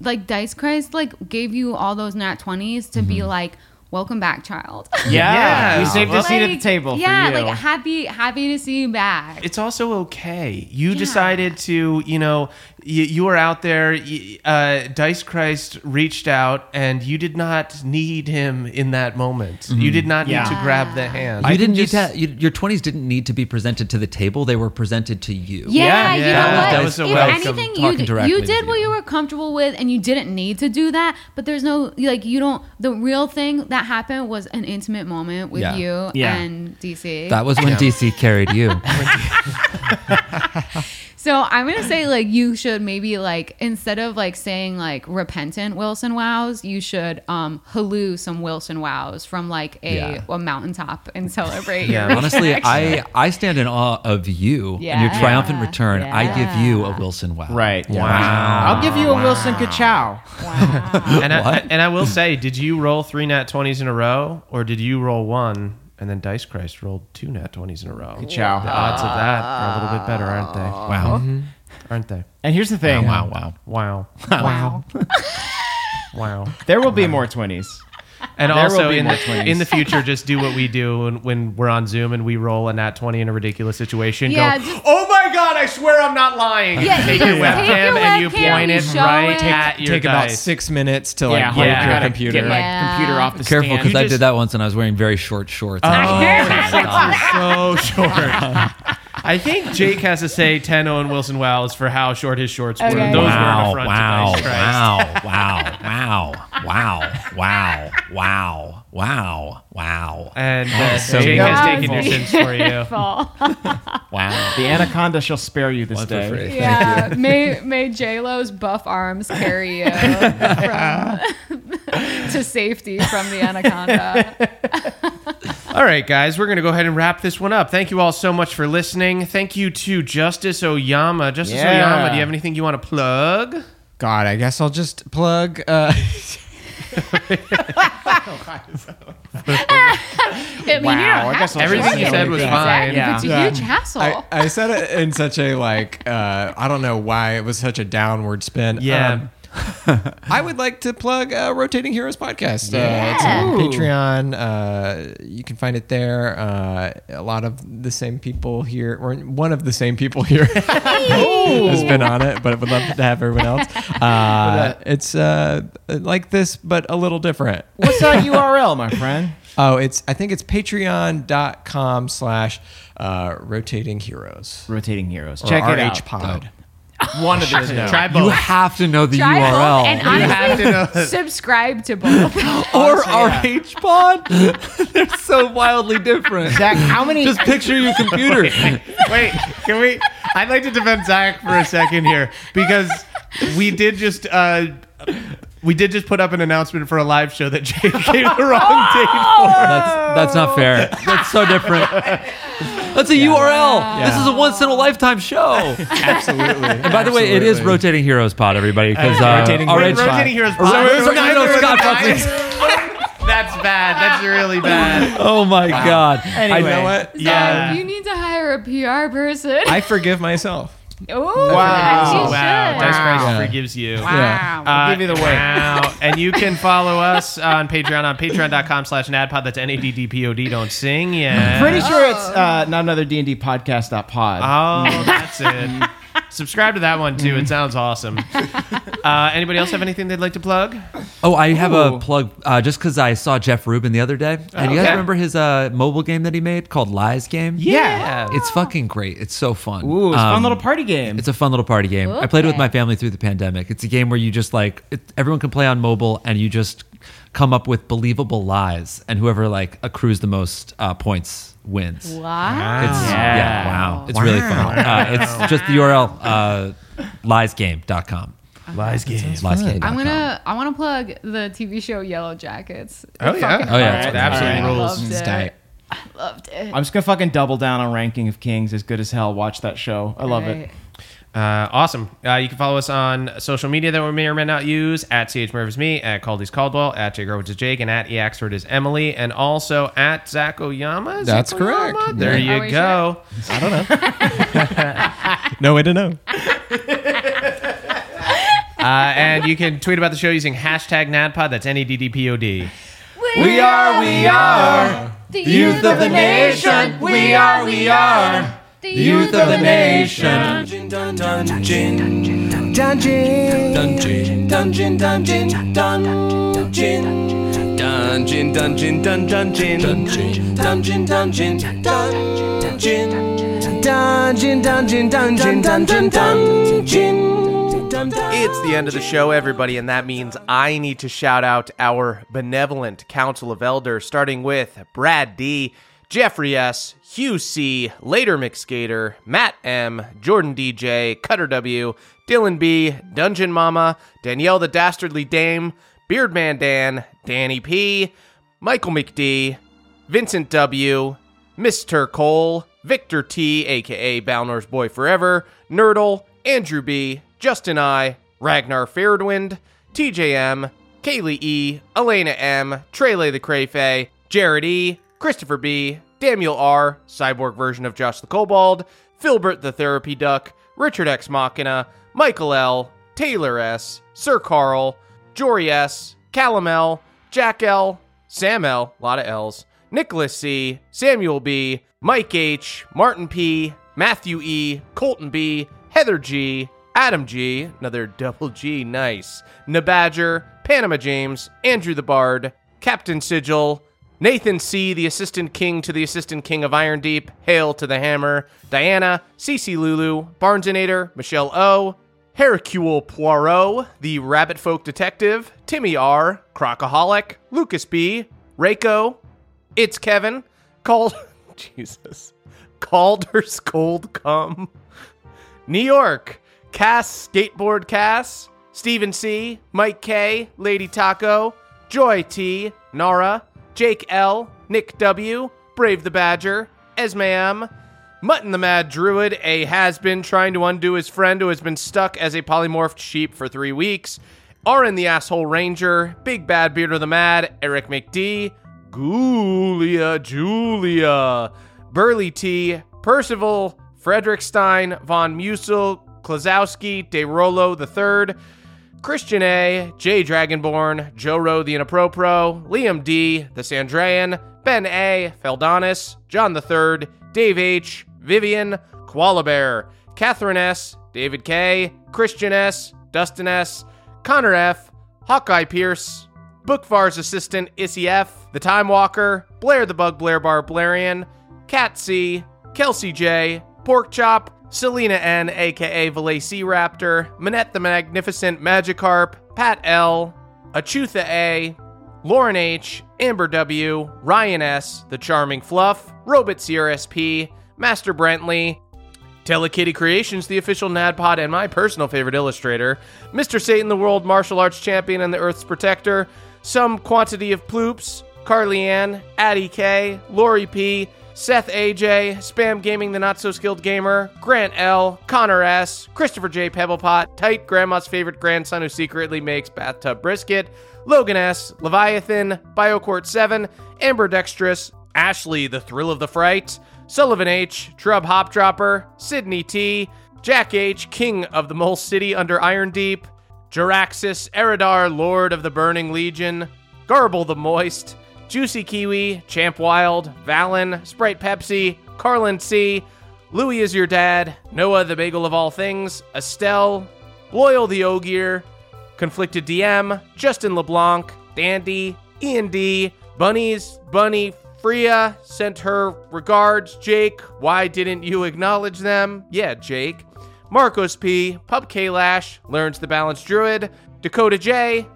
E: like Dice Christ like gave you all those nat twenties to
D: Mm-hmm.
E: be like, welcome back, child.
D: Yeah,
C: Yeah.
D: we saved a seat at the
E: Like,
D: table
E: Yeah,
D: for you.
E: like happy, happy to see you back.
C: it's also okay. You decided to, you know, you, you were out there. y uh, Dice Christ reached out, and you did not need him in that moment. You did not
D: Yeah.
C: need to grab the hand.
B: You didn't need to. You, your twenties didn't need to be presented to the table; they were presented to you.
E: Yeah,
C: Yeah,
E: you
C: yeah.
E: know what?
C: That was a
E: if
C: welcome
E: anything,
B: talking
E: you d-
B: directly
E: you
B: to
E: did what
B: you.
E: you were comfortable with, and you didn't need to do that. But there's no like you don't. The real thing that happened was an intimate moment with
B: Yeah.
E: you
D: Yeah.
E: and DC.
B: That was when DC carried you.
E: so I'm gonna say like you should maybe like instead of like saying like repentant Wilson wows, you should um halloo some Wilson wows from like a,
B: Yeah.
E: a mountaintop and celebrate.
C: Yeah.
E: your
B: Honestly, I I stand in awe of you and your
E: Yeah.
B: triumphant return. I
E: Yeah.
B: give you a Wilson wow.
D: right. Wow. I'll give you a Wilson Kachow.
C: and I, and I will say, did you roll three nat twenties in a row, or did you roll one and then Dice Christ rolled two nat twenties in a row?
D: Chow.
C: The odds of that are a little bit better, aren't they?
B: Wow.
C: Aren't they?
D: And here's the thing.
B: Wow. Wow.
C: Wow.
E: wow.
C: Wow.
D: There will be more 20s.
C: And
D: There will
C: also
D: be
C: in
D: more
C: the,
D: 20s.
C: in the future, just do what we do when, when we're on Zoom and we roll a nat twenty in a ridiculous situation.
E: Yeah,
C: go,
E: just-
C: oh my god, I swear I'm not lying.
E: Yeah,
C: take
E: you
C: your
E: just
C: webcam
E: take your
C: and you
E: webcam,
C: point
E: you
C: it
E: show
C: right
E: it.
C: at your
F: Take about
C: dice.
F: six minutes to like break
C: yeah. I
F: your
C: gotta
F: computer.
D: Get my
E: Yeah.
D: computer off the
B: Careful,
D: stand.
B: because
C: You
B: I
C: just-
B: did that once, and I was wearing very short shorts.
C: so short. I think Jake has to say 10 Owen Wilson Wows for how short his shorts were.
E: Okay.
C: Those
B: wow,
C: were an affront
B: wow,
C: to Dice Christ.
B: wow, wow, wow, wow, wow, wow, wow, wow,
C: And uh,
F: so
C: Jake has
E: good.
C: taken your sins for you.
E: Fall.
B: wow.
D: the anaconda shall spare you this day.
E: Yeah, may may J Lo's buff arms carry you from, to safety from the anaconda.
C: All right, guys, we're going to go ahead and wrap this one up. Thank you all so much for listening. Thank you to Justice Oyama. Justice
D: Yeah.
C: Oyama, do you have anything you want to plug?
F: God, I guess I'll just plug. Uh,
E: I mean, you
D: Wow, I
E: don't have
D: guess
E: to.
D: I'll
C: Everything
D: just
C: you
D: say
C: said was
D: everything.
C: fine.
E: Exactly.
D: Yeah.
E: It's a
F: Yeah.
E: huge hassle.
F: I, I said it in such a like uh, I don't know why it was such a downward spin.
C: Yeah.
F: Um, I would like to plug uh, Rotating Heroes podcast. Uh, it's
E: Yeah.
F: on Patreon. Uh, you can find it there. Uh, a lot of the same people here, or one of the same people here, has been on it, but I would love to have everyone else. Uh, it's uh, like this, but a little different.
D: What's that URL, my friend?
F: Oh, it's I think it's patreon.com slash uh, rotating heroes.
D: Rotating Heroes.
F: Or
D: Check it
F: RH
D: out.
F: Pod.
D: One of the two.
C: Try
B: You
C: both.
B: have to know the
E: Try both,
B: URL.
E: and
C: You have
E: honestly,
C: to know that.
E: subscribe to both.
B: or RH Pod. They're so wildly different.
D: Zach, how many?
B: Just picture your computer.
C: Wait, can we? I'd like to defend Zach for a second here because we did just uh, we did just put up an announcement for a live show that Jake gave the wrong date for.
B: That's that's not fair. That's so different. That's a URL. This is a once in a lifetime show.
F: Absolutely.
B: And by the way, it is Rotating Heroes Pod, everybody, because uh,
F: Rotating
B: RH
F: Heroes
B: Pod.
C: Rotating Heroes.
B: Or-
C: Pod.
B: or- or-
C: Neither
B: no,
C: of the
B: Scott
C: guys.
B: Buckley's.
C: That's bad. That's really bad.
B: Oh my God.
F: I
B: I
F: know what.
C: Yeah.
E: you need to hire a PR person.
F: I forgive myself.
E: Ooh,
C: Wow.
E: you
C: Wow.
E: should.
C: Dice Christ
F: Yeah.
C: forgives you.
E: Wow.
C: Uh,
D: give you the way.
C: wow. and you can follow us on Patreon on patreon.com slash nadpod. That's N-A-D-D-P-O-D. Don't sing. Yeah.
D: Pretty sure it's uh, not another D and D podcast. dot Pod.
C: Oh, that's it. Subscribe to that one too. It sounds awesome. Uh, anybody else have anything they'd like to plug?
B: Oh, I have
D: Ooh.
B: a plug uh, just because I saw Jeff Rubin the other day. And you guys
C: Okay.
B: remember his uh, mobile game that he made called Lies Game?
C: Yeah.
B: It's fucking great. It's so fun.
D: Ooh, it's a fun
B: Um,
D: little party game.
B: It's a fun little party game. I played it with my family through the pandemic. It's a game where you just like it, everyone can play on mobile, and you just come up with believable lies, and whoever like accrues the most uh, points wins. Wow! It's, yeah. wow! It's really fun. Uh, it's just the URL uh, liesgame.com.
C: Lies games.
B: Liesgame.
E: I'm gonna. I want to plug the TV show Yellow Jackets.
C: Oh yeah.
B: Oh yeah, it's
C: That absolutely
E: I
C: rules.
E: loved it. Loved it.
D: I'm just gonna fucking double down on Ranking of Kings. It's good as hell. Watch that show. I love it.
E: Right.
C: Uh, awesome. Uh, you can follow us on social media that we may or may not use at CH Mervis Me, at Caldy's Caldwell, at Jake Roberts is Jake, and at EXford is Emily, and also at Zach Oyama. Is
F: That's
C: Zach Oyama?
F: correct.
C: There
E: Yeah. Are
C: you
E: we
C: go.
F: No way to know.
C: Uh, and you can tweet about the show using hashtag NADPOD. That's N A D D P O D.
E: We are, we are the youth of the
F: nation.
E: We are, we are the youth of the nation.
J: Dungeon, dungeon, dungeon, dungeon. Dungeon, dungeon, dun, dungeon. Dungeon, dungeon, dungeon. Dungeon, dungeon, dungeon, dungeon, dungeon.
C: It's the end of the show, everybody, and that means I need to shout out our benevolent Council of Elders, starting with Brad D, Jeffrey S, Hugh C, Later McSkater, Matt M, Jordan DJ, Cutter W, Dylan B, Dungeon Mama, Danielle the Dastardly Dame, Beardman Dan, Danny P, Michael McD, Vincent W, Mr. Cole, Victor T, aka Balnor's Boy Forever, Nerdle, Andrew B, Justin I, Ragnar Fairwind, TJM, Kaylee E, Elena M, Trele the Crayfay, Jared E, Christopher B, Daniel R, Cyborg version of Josh the Kobold, Filbert the Therapy Duck, Richard X Machina, Michael L, Taylor S, Sir Carl, Jory S, Callum L, Jack L, Sam L, lot of L's, Nicholas C, Samuel B, Mike H, Martin P, Matthew E, Colton B, Heather G, Adam G, another double G, nice, Nabadger, Panama James, Andrew the Bard, Captain Sigil, Nathan C., the assistant king to the assistant king of Iron Deep, Hail to the Hammer, Diana, Cece Lulu, Barnesinator, Michelle O., Hercule Poirot, the Rabbit Folk Detective, Timmy R., Crocaholic, Lucas B., Reiko, It's Kevin, Called, Jesus, Calder's Cold Cum, New York, Cass Skateboard Cass, Stephen C., Mike K., Lady Taco, Joy T., Nara, Jake L., Nick W., Brave the Badger, Esmam, Mutton the Mad Druid, a has been trying to undo his friend who has been stuck as a polymorphed sheep for three weeks, Arin the Asshole Ranger, Big Bad Bearder the Mad, Eric McD, Julia Julia, Burley T, Percival, Frederick Stein, Von Musel, Klazowski, De Rolo III, Christian A, J Dragonborn, Joe Rowe the Inapropro, Liam D, The Sandrayan, Ben A, Feldonis, John the Third, Dave H, Vivian, Koala Bear, Catherine S, David K, Christian S, Dustin S, Connor F, Hawkeye Pierce, Bookvar's assistant Issy F, The Time Walker, Blair the Bug Blair Bar Blarian, Cat C, Kelsey J, Pork Chop, Selena N, aka Valacy Raptor, Manette the Magnificent Magikarp, Pat L, Achutha A, Lauren H, Amber W, Ryan S, The Charming Fluff, Robot CRSP, Master Brentley, Telekitty Creations, the official NADPOD and my personal favorite illustrator, Mr. Satan, the world martial arts champion and the Earth's protector, some quantity of ploops, Carly Ann, Addie K, Lori P, Seth AJ, Spam Gaming, the not so skilled gamer, Grant L, Connor S, Christopher J Pebblepot, Tight Grandma's favorite grandson who secretly makes bathtub brisket, Logan S, Leviathan, Biocourt 7, Amber Dextrous, Ashley, the thrill of the fright, Sullivan H, Trub Hopdropper, Sydney T, Jack H, King of the Mole City under Iron Deep, Jaraxis, Eridar, Lord of the Burning Legion, Garble the Moist, Juicy Kiwi, Champ Wild, Valen, Sprite Pepsi, Carlin C, Louis is your dad, Noah the Bagel of all things, Estelle, Loyal the Ogier, Conflicted DM, Justin LeBlanc, Dandy, Ian D, Bunnies, Bunny, Freya sent her regards, Jake. Why didn't you acknowledge them? Yeah, Jake. Marcos P, Pub Lash, Learns the Balanced Druid, Dakota J,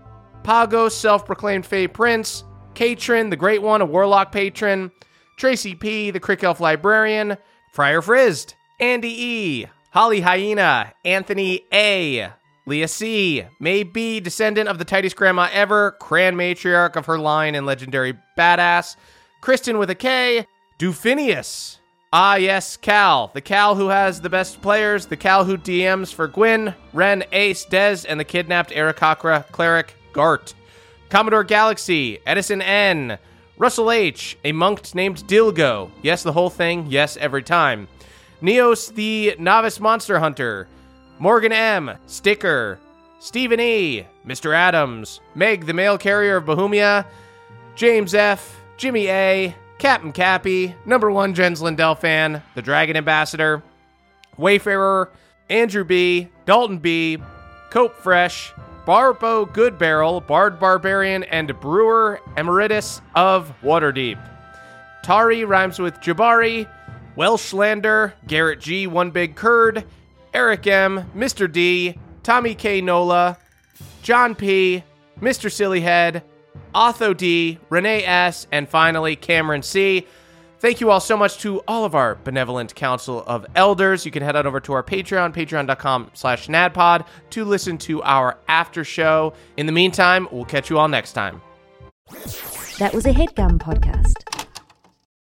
C: Pagos, self proclaimed Fey Prince, Katrin, the Great One, a Warlock Patron, Tracy P, the Crick Elf Librarian, Friar Frizzed, Andy E, Holly Hyena, Anthony A, Leah C, May B, descendant of the tightest grandma ever, Cran Matriarch of her line and legendary badass, Kristen with a K, Dufinius. Ah, yes, Cal. The Cal who has the best players, the Cal who DMs for Gwyn, Ren, Ace, Dez, and the kidnapped Arakakra cleric, Gart. Commodore Galaxy, Edison N, Russell H, a monk named Dilgo. Yes, the whole thing. Yes, every time. Neos, the novice monster hunter. Morgan M, Sticker. Stephen E, Mr. Adams. Meg, the mail carrier of Bohemia. James F, Jimmy A, Captain Cappy, number one Jens Lindell fan, the Dragon Ambassador, Wayfarer, Andrew B, Dalton B, Cope Fresh, Barbo Good Barrel, Bard Barbarian, and Brewer Emeritus of Waterdeep. Tari rhymes with Jabari, Welshlander, Garrett G, One Big Curd, Eric M, Mr. D, Tommy K. Nola, John P, Mr. Sillyhead, Otho D, Renee S, and finally Cameron C. Thank you all so much to all of our benevolent council of elders. You can head on over to our Patreon, patreon.com slash nadpod, to listen to our after show. In the meantime, we'll catch you all next time.
K: That was a headgum podcast.